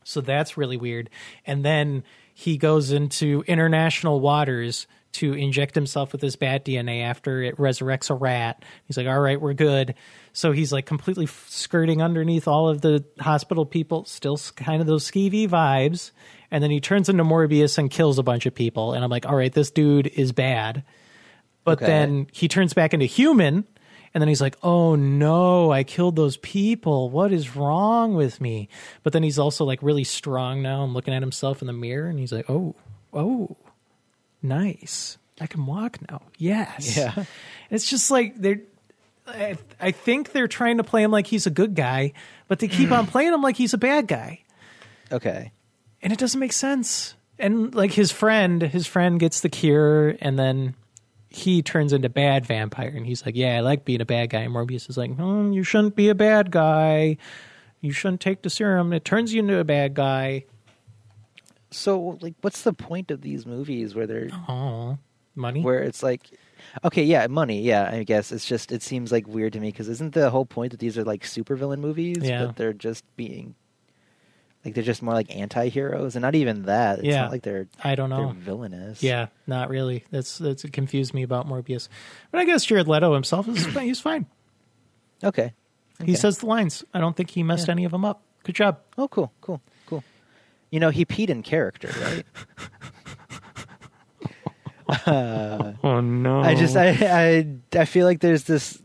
[SPEAKER 3] So that's really weird. And then he goes into international waters to inject himself with his bat DNA after it resurrects a rat. He's like, all right, we're good. So he's like completely f- skirting underneath all of the hospital people, still s- kind of those skeevy vibes. And then he turns into Morbius and kills a bunch of people. And I'm like, all right, this dude is bad. But
[SPEAKER 2] Okay.
[SPEAKER 3] then he turns back into human. And then he's like, oh no, I killed those people. What is wrong with me? But then he's also like really strong now and looking at himself in the mirror. And he's like, oh, oh, nice. I can walk now. Yes.
[SPEAKER 2] Yeah.
[SPEAKER 3] And It's just like they're. I, I think they're trying to play him like he's a good guy, but they keep on playing him like he's a bad guy,
[SPEAKER 2] Okay.
[SPEAKER 3] and it doesn't make sense. And like his friend, his friend gets the cure, and then he turns into bad vampire, and he's like, "Yeah, I like being a bad guy." And Morbius is like, "Hmm, "You shouldn't be a bad guy. You shouldn't take the serum. It turns you into a bad guy."
[SPEAKER 2] So like what's the point of these movies where they're
[SPEAKER 3] Oh, money.
[SPEAKER 2] where it's like okay, yeah, money, yeah, I guess it's just it seems like weird to me cuz isn't the whole point that these are like supervillain movies
[SPEAKER 3] Yeah.
[SPEAKER 2] but they're just being like they're just more like anti-heroes and not even that. It's
[SPEAKER 3] Yeah.
[SPEAKER 2] not like they're
[SPEAKER 3] I don't know.
[SPEAKER 2] they're villainous.
[SPEAKER 3] Yeah, not really. That's that's it confused me about Morbius. But I guess Jared Leto himself is fine. he's fine.
[SPEAKER 2] Okay.
[SPEAKER 3] He
[SPEAKER 2] Okay.
[SPEAKER 3] says the lines. I don't think he messed
[SPEAKER 2] Yeah.
[SPEAKER 3] any of them up. Good job.
[SPEAKER 2] Oh, cool, cool, cool. You know, he peed in character, right?
[SPEAKER 3] Oh no.
[SPEAKER 2] I just, I, I, I feel like there's this.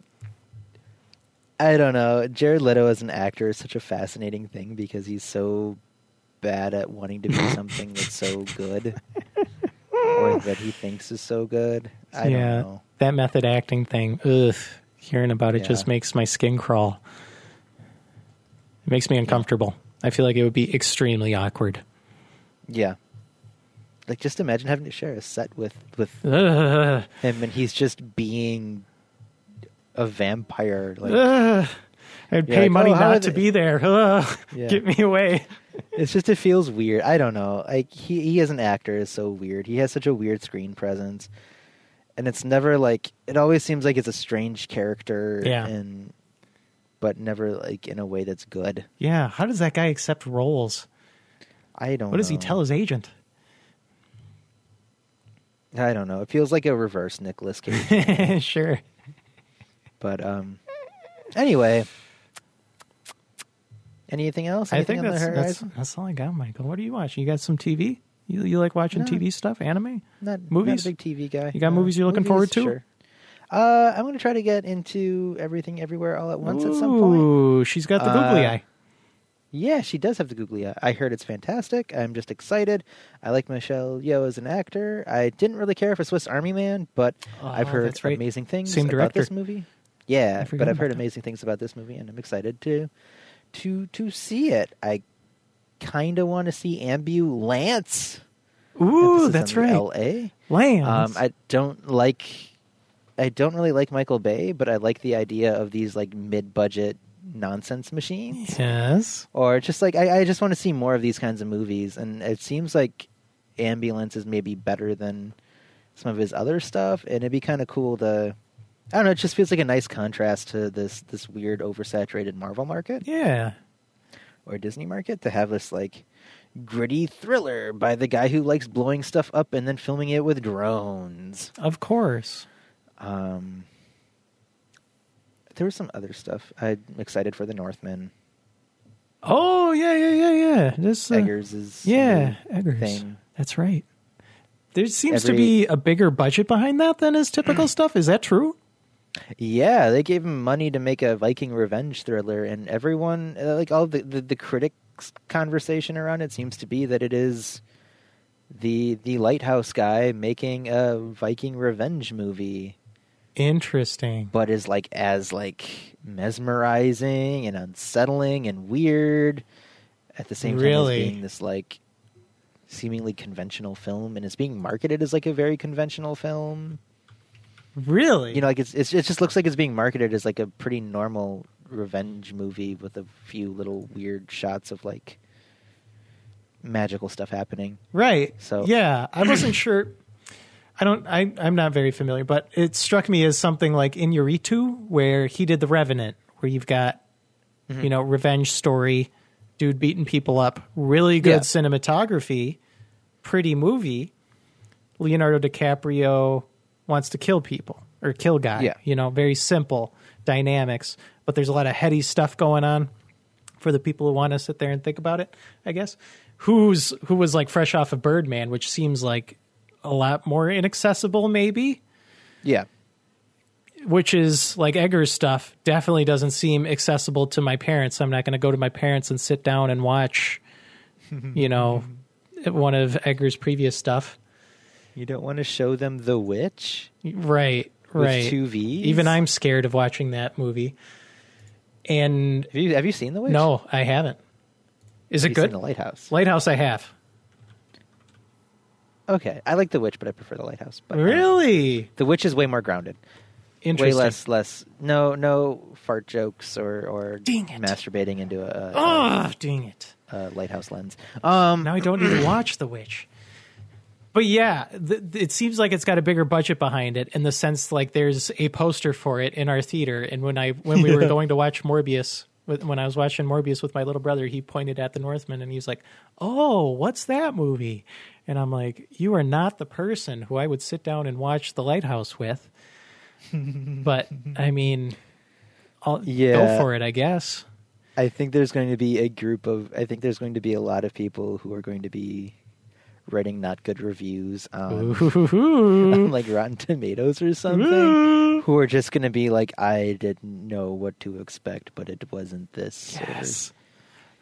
[SPEAKER 2] I don't know. Jared Leto as an actor is such a fascinating thing because he's so bad at wanting to be something that's so good, or that he thinks is so good. I
[SPEAKER 3] yeah,
[SPEAKER 2] don't know.
[SPEAKER 3] that method acting thing. Ugh, hearing about it
[SPEAKER 2] Yeah.
[SPEAKER 3] just makes my skin crawl. It makes me uncomfortable. I feel like it would be extremely awkward.
[SPEAKER 2] Yeah, like just imagine having to share a set with with
[SPEAKER 3] Ugh,
[SPEAKER 2] him, and he's just being a vampire. Like
[SPEAKER 3] ugh. I'd
[SPEAKER 2] Yeah,
[SPEAKER 3] pay
[SPEAKER 2] like,
[SPEAKER 3] money
[SPEAKER 2] oh, how are
[SPEAKER 3] not to
[SPEAKER 2] they-
[SPEAKER 3] be there. Ugh,
[SPEAKER 2] Yeah.
[SPEAKER 3] Get me away.
[SPEAKER 2] It's just it feels weird. I don't know. Like he he as an actor is so weird. He has such a weird screen presence, and it's never like it always seems like it's a strange character.
[SPEAKER 3] Yeah.
[SPEAKER 2] And but never like in a way that's good.
[SPEAKER 3] Yeah, how does that guy accept roles?
[SPEAKER 2] I don't.
[SPEAKER 3] What does he tell his agent?
[SPEAKER 2] His- I don't know. It feels like a reverse Nicolas Cage.
[SPEAKER 3] sure.
[SPEAKER 2] but um, anyway. Anything else?
[SPEAKER 3] I
[SPEAKER 2] Anything
[SPEAKER 3] think
[SPEAKER 2] on
[SPEAKER 3] that's,
[SPEAKER 2] the
[SPEAKER 3] that's
[SPEAKER 2] horizon?
[SPEAKER 3] that's all I got, Michael. What are you watching? You got some TV? You you like watching
[SPEAKER 2] No.
[SPEAKER 3] TV stuff, anime?
[SPEAKER 2] Not
[SPEAKER 3] movies?
[SPEAKER 2] Not a big TV guy.
[SPEAKER 3] You got movies you're looking forward to?
[SPEAKER 2] Sure. Uh, I'm going to try to get into everything, everywhere, all at once at some point.
[SPEAKER 3] Ooh, she's got the googly
[SPEAKER 2] Uh,
[SPEAKER 3] eye.
[SPEAKER 2] Yeah, she does have the googly eye. I heard it's fantastic. I'm just excited. I like Michelle Yeoh as an actor. I didn't really care for Swiss Army Man, but I've
[SPEAKER 3] Oh,
[SPEAKER 2] heard
[SPEAKER 3] that's right.
[SPEAKER 2] amazing things
[SPEAKER 3] Same
[SPEAKER 2] about this
[SPEAKER 3] director.
[SPEAKER 2] movie.
[SPEAKER 3] I
[SPEAKER 2] Yeah,
[SPEAKER 3] forgot
[SPEAKER 2] but I've
[SPEAKER 3] about
[SPEAKER 2] heard
[SPEAKER 3] that.
[SPEAKER 2] amazing things about this movie, and I'm excited to to to see it. I kind of want to see Ambulance.
[SPEAKER 3] Ooh,
[SPEAKER 2] Emphasis on
[SPEAKER 3] that's
[SPEAKER 2] the
[SPEAKER 3] right.
[SPEAKER 2] L.A.
[SPEAKER 3] Lance.
[SPEAKER 2] Um, I don't like. I don't really like Michael Bay, but I like the idea of these like mid-budget nonsense machines
[SPEAKER 3] yes.
[SPEAKER 2] or just like I, I just want to see more of these kinds of movies and it seems like ambulance is maybe better than some of his other stuff and it'd be kind of cool to i don't know it just feels like a nice contrast to this this weird oversaturated marvel market
[SPEAKER 3] Yeah.
[SPEAKER 2] or disney market to have this like gritty thriller by the guy who likes blowing stuff up and then filming it with drones
[SPEAKER 3] Of course.
[SPEAKER 2] um there was some other stuff i'm excited for the northman
[SPEAKER 3] Oh yeah yeah yeah yeah. This uh,
[SPEAKER 2] eggers is
[SPEAKER 3] yeah
[SPEAKER 2] new
[SPEAKER 3] Eggers.
[SPEAKER 2] thing
[SPEAKER 3] That's right. There seems to
[SPEAKER 2] Every-
[SPEAKER 3] be a bigger budget behind that than is typical stuff. Is that true?
[SPEAKER 2] Yeah, they gave him money to make a Viking revenge thriller, and everyone, uh, like all the, the the critics' conversation around it, seems to be that it is the the lighthouse guy making a Viking revenge movie,
[SPEAKER 3] Interesting.
[SPEAKER 2] but is like as like mesmerizing and unsettling and weird at the same time
[SPEAKER 3] Really?
[SPEAKER 2] as being this like seemingly conventional film, and it's being marketed as like a very conventional film
[SPEAKER 3] Really?
[SPEAKER 2] you know like it's, it's it just looks like it's being marketed as like a pretty normal revenge movie with a few little weird shots of like magical stuff happening
[SPEAKER 3] Right.
[SPEAKER 2] So-
[SPEAKER 3] yeah, I wasn't sure. I don't. I I'm not very familiar, but it struck me as something like in Yuritu, where he did the Revenant, where you've got,
[SPEAKER 2] Mm-hmm.
[SPEAKER 3] you know, revenge story, dude beating people up, really good
[SPEAKER 2] Yeah.
[SPEAKER 3] cinematography, pretty movie, Leonardo DiCaprio wants to kill people or kill guy.
[SPEAKER 2] Yeah.
[SPEAKER 3] You know, very simple dynamics, but there's a lot of heady stuff going on for the people who want to sit there and think about it, I guess. Who's who was like fresh off of Birdman, which seems like a lot more inaccessible maybe,
[SPEAKER 2] Yeah.
[SPEAKER 3] which is like Eggers stuff definitely doesn't seem accessible to my parents. I'm not going to go to my parents and sit down and watch you know one of Eggers previous stuff.
[SPEAKER 2] You don't want to show them The Witch?
[SPEAKER 3] Right,
[SPEAKER 2] With
[SPEAKER 3] right.
[SPEAKER 2] two Vs?
[SPEAKER 3] Even I'm scared of watching that movie. And
[SPEAKER 2] Have you, have you seen The Witch?
[SPEAKER 3] no, I haven't. Is
[SPEAKER 2] Have
[SPEAKER 3] it
[SPEAKER 2] you seen
[SPEAKER 3] good?
[SPEAKER 2] The Lighthouse.
[SPEAKER 3] Lighthouse, I have.
[SPEAKER 2] Okay. I like The Witch, but I prefer The Lighthouse. But um,
[SPEAKER 3] Really
[SPEAKER 2] The Witch is way more grounded. Way
[SPEAKER 3] interesting.
[SPEAKER 2] less, less. No, no fart jokes or or
[SPEAKER 3] Dang it.
[SPEAKER 2] masturbating into a, a,
[SPEAKER 3] Oh, dang it!
[SPEAKER 2] a lighthouse lens. Um,
[SPEAKER 3] Now I don't need to watch The Witch. But yeah, th- th- it seems like it's got a bigger budget behind it in the sense like there's a poster for it in our theater. And when I when we were going to watch Morbius, with, when I was watching Morbius with my little brother, he pointed at The Northman and he's like, "Oh, what's that movie?" And I'm like, "You are not the person who I would sit down and watch The Lighthouse with." but I mean, I'll go
[SPEAKER 2] Yeah.
[SPEAKER 3] for it, I guess.
[SPEAKER 2] I think there's going to be a group of. I think there's going to be a lot of people who are going to be writing not good reviews on, on like Rotten Tomatoes or something, who are just going to be like, "I didn't know what to expect, but it wasn't this." or-
[SPEAKER 3] Yes.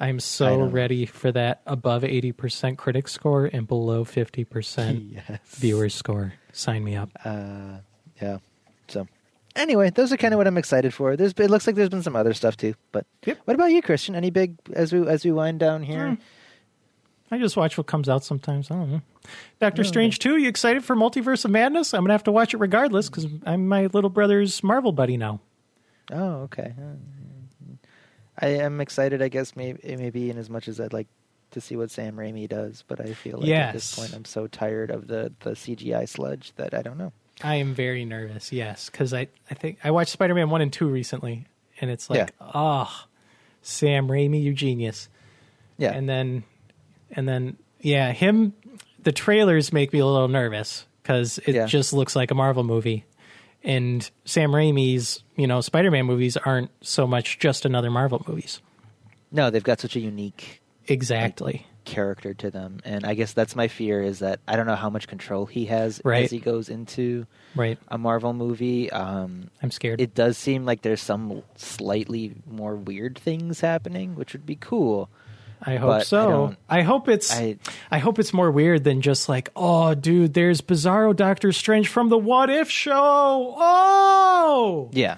[SPEAKER 3] I'm
[SPEAKER 2] I
[SPEAKER 3] so
[SPEAKER 2] don't-
[SPEAKER 3] ready for that above 80% critic score and below 50%
[SPEAKER 2] Yes.
[SPEAKER 3] viewer score. Sign me up.
[SPEAKER 2] Uh, yeah. So, anyway, those are kind of what I'm excited for. There's it looks like there's been some other stuff too, but
[SPEAKER 3] Yep. Hmm.
[SPEAKER 2] what about you, Christian? Any big as we as we wind down here?
[SPEAKER 3] I just watch what comes out sometimes. I don't know.
[SPEAKER 2] Oh,
[SPEAKER 3] Doctor Strange 2, you excited for Multiverse of Madness? I'm going to have to watch it regardless because I'm my little brother's Marvel buddy now.
[SPEAKER 2] Oh, okay. Uh, I am excited. I guess maybe maybe in as much as I'd like to see what Sam Raimi does, but I feel like at
[SPEAKER 3] Yes.
[SPEAKER 2] this point I'm so tired of the the CGI sludge that I don't know.
[SPEAKER 3] I am very nervous, yes, because I, I think I watched Spider Man 1 and 2 recently, and it's like,
[SPEAKER 2] Yeah.
[SPEAKER 3] ah, Sam Raimi, you genius.
[SPEAKER 2] Yeah.
[SPEAKER 3] and then and then yeah him the trailers make me a little nervous because it
[SPEAKER 2] Yeah.
[SPEAKER 3] just looks like a marvel movie and sam raimi's you know spider-man movies aren't so much just another marvel movies
[SPEAKER 2] no, they've got such a unique
[SPEAKER 3] exactly
[SPEAKER 2] character to them, and I guess that's my fear is that I don't know how much control he has
[SPEAKER 3] Right.
[SPEAKER 2] as he goes into
[SPEAKER 3] right
[SPEAKER 2] a Marvel movie. Um,
[SPEAKER 3] i'm scared
[SPEAKER 2] it does seem like there's some slightly more weird things happening, which would be cool.
[SPEAKER 3] i
[SPEAKER 2] but
[SPEAKER 3] hope
[SPEAKER 2] I
[SPEAKER 3] so
[SPEAKER 2] don't-
[SPEAKER 3] I, hope it's I,
[SPEAKER 2] I-
[SPEAKER 3] hope it's more weird than just like oh dude there's bizarro doctor strange from the what if show oh
[SPEAKER 2] Yeah.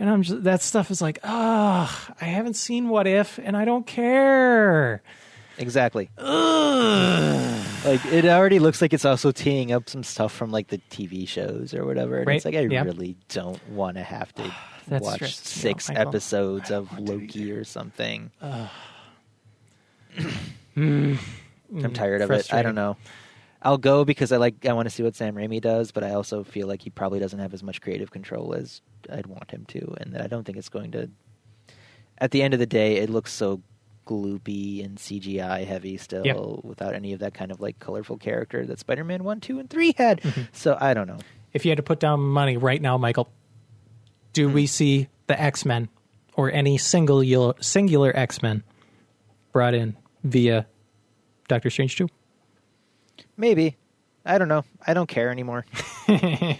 [SPEAKER 3] And I'm just that stuff is like, ah, I haven't seen What If, and I don't care.
[SPEAKER 2] Exactly.
[SPEAKER 3] Ugh.
[SPEAKER 2] Like it already looks like it's also teeing up some stuff from like the TV shows or whatever. And it's
[SPEAKER 3] Right.
[SPEAKER 2] like I
[SPEAKER 3] Yeah.
[SPEAKER 2] really don't want to have to
[SPEAKER 3] That
[SPEAKER 2] watch
[SPEAKER 3] stresses me out,
[SPEAKER 2] six
[SPEAKER 3] Michael.
[SPEAKER 2] episodes of Loki or something. I'm tired of it. I
[SPEAKER 3] Mm. frustrating.
[SPEAKER 2] don't know. I'll go because I like I want to see what Sam Raimi does, but I also feel like he probably doesn't have as much creative control as I'd want him to, and that I don't think it's going to. At the end of the day, it looks so gloopy and CGI heavy still,
[SPEAKER 3] Yep.
[SPEAKER 2] without any of that kind of like colorful character that Spider-Man one, two, and three had.
[SPEAKER 3] Mm-hmm.
[SPEAKER 2] So I don't know.
[SPEAKER 3] If you had to put down money right now, Michael, do
[SPEAKER 2] Hmm.
[SPEAKER 3] we see the X Men or any single yel- singular X Men brought in via Doctor Strange two?
[SPEAKER 2] Maybe I don't know. I don't care anymore.
[SPEAKER 3] Nailed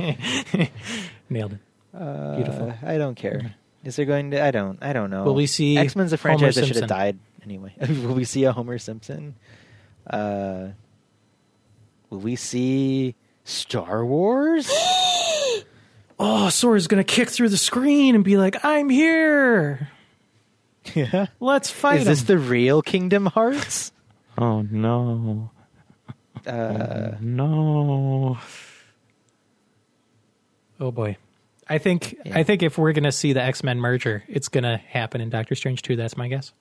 [SPEAKER 3] it. Beautiful. Mm-hmm.
[SPEAKER 2] Uh, I don't care. Is there going to? I don't. I don't know.
[SPEAKER 3] Will we see
[SPEAKER 2] X Men's a
[SPEAKER 3] Homer
[SPEAKER 2] franchise that should
[SPEAKER 3] Simpson?
[SPEAKER 2] have died anyway. will we see a Homer Simpson? Uh, will we see Star Wars?
[SPEAKER 3] Oh, Sora's gonna kick through the screen and be like, "I'm here.
[SPEAKER 2] yeah.
[SPEAKER 3] Let's fight
[SPEAKER 2] Is this
[SPEAKER 3] him."
[SPEAKER 2] the real Kingdom Hearts?
[SPEAKER 3] oh no!
[SPEAKER 2] Uh,
[SPEAKER 3] no. Oh boy. I think
[SPEAKER 2] Yeah.
[SPEAKER 3] I think if we're gonna see the X Men merger, it's gonna happen in Doctor Strange 2, that's my guess.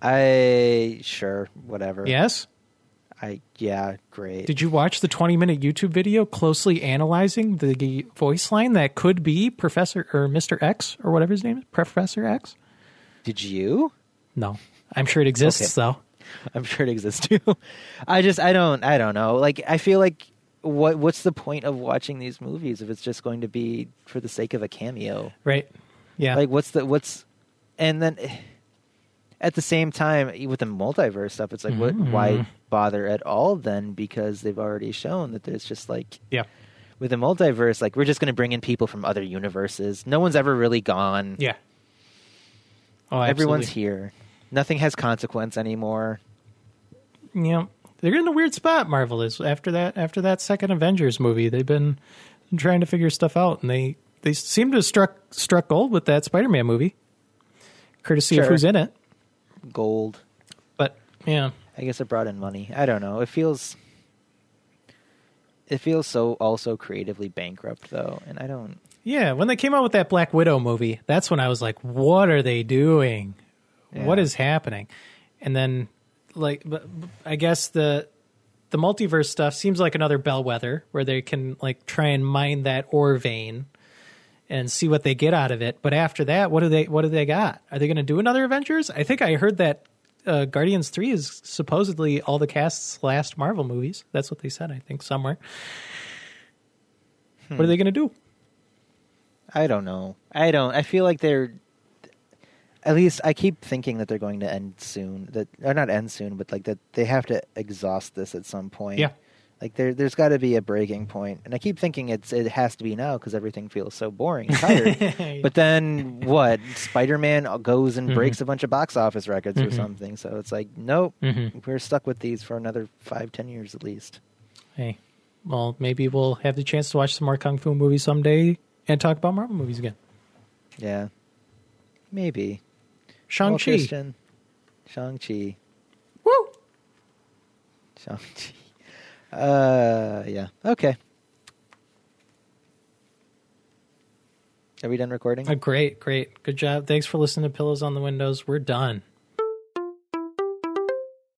[SPEAKER 2] I sure whatever.
[SPEAKER 3] Yes?
[SPEAKER 2] I yeah great.
[SPEAKER 3] Did you watch the 20 minute YouTube video closely analyzing the voice line that could be Professor or Mr. X or whatever his name is? Professor X?
[SPEAKER 2] Did you?
[SPEAKER 3] No. I'm sure it exists though.
[SPEAKER 2] I'm sure it exists too. I just I don't I don't know. Like I feel like what what's the point of watching these movies if it's just going to be for the sake of a cameo?
[SPEAKER 3] right? Yeah,
[SPEAKER 2] Like what's the what's and then eh, at the same time with the multiverse stuff, it's like what
[SPEAKER 3] Mm-hmm.
[SPEAKER 2] why bother at all then because they've already shown that there's just like
[SPEAKER 3] yeah,
[SPEAKER 2] with the multiverse, like we're just going to bring in people from other universes. No one's ever really gone.
[SPEAKER 3] yeah. Oh,
[SPEAKER 2] Everyone's
[SPEAKER 3] absolutely.
[SPEAKER 2] here. Nothing has consequence anymore.
[SPEAKER 3] Yeah, they're in a weird spot. Marvel is after that after that second Avengers movie. They've been trying to figure stuff out, and they they seem to have struck struck gold with that Spider Man movie, courtesy of
[SPEAKER 2] Sure.
[SPEAKER 3] who's in it.
[SPEAKER 2] Gold.
[SPEAKER 3] But yeah,
[SPEAKER 2] I guess it brought in money. I don't know. It feels. It feels so also creatively bankrupt though, and I don't.
[SPEAKER 3] yeah. When they came out with that Black Widow movie, that's when I was like, "What are they doing? What
[SPEAKER 2] Yeah.
[SPEAKER 3] is happening?" And then, like, but, but I guess the the multiverse stuff seems like another bellwether where they can like try and mine that ore vein and see what they get out of it. But after that, what do they what do they got? Are they going to do another Avengers? I think I heard that uh, Guardians Three is supposedly all the cast's last Marvel movies. That's what they said. I think somewhere. What are they going to do?
[SPEAKER 2] I don't know. I don't. I feel like they're. At least I keep thinking that they're going to end soon. That or not end soon, but like that they have to exhaust this at some point.
[SPEAKER 3] Yeah.
[SPEAKER 2] Like there, there's got to be a breaking point, and I keep thinking it's it has to be now because everything feels so boring, and tired. but then what? Spider-Man goes and breaks a bunch of box office records or something. So it's like, nope, we're stuck with these for another five, ten years at least.
[SPEAKER 3] Hey, well, maybe we'll have the chance to watch some more kung fu movies someday and talk about Marvel movies again.
[SPEAKER 2] Yeah, maybe.
[SPEAKER 3] Shang
[SPEAKER 2] Well,
[SPEAKER 3] Chi.
[SPEAKER 2] Christian, Shang-Chi.
[SPEAKER 3] Woo!
[SPEAKER 2] Shang-Chi. Uh, yeah. Okay. Are we done recording?
[SPEAKER 3] Uh, great, great, good job. Thanks for listening to Pillows on the Windows. We're done.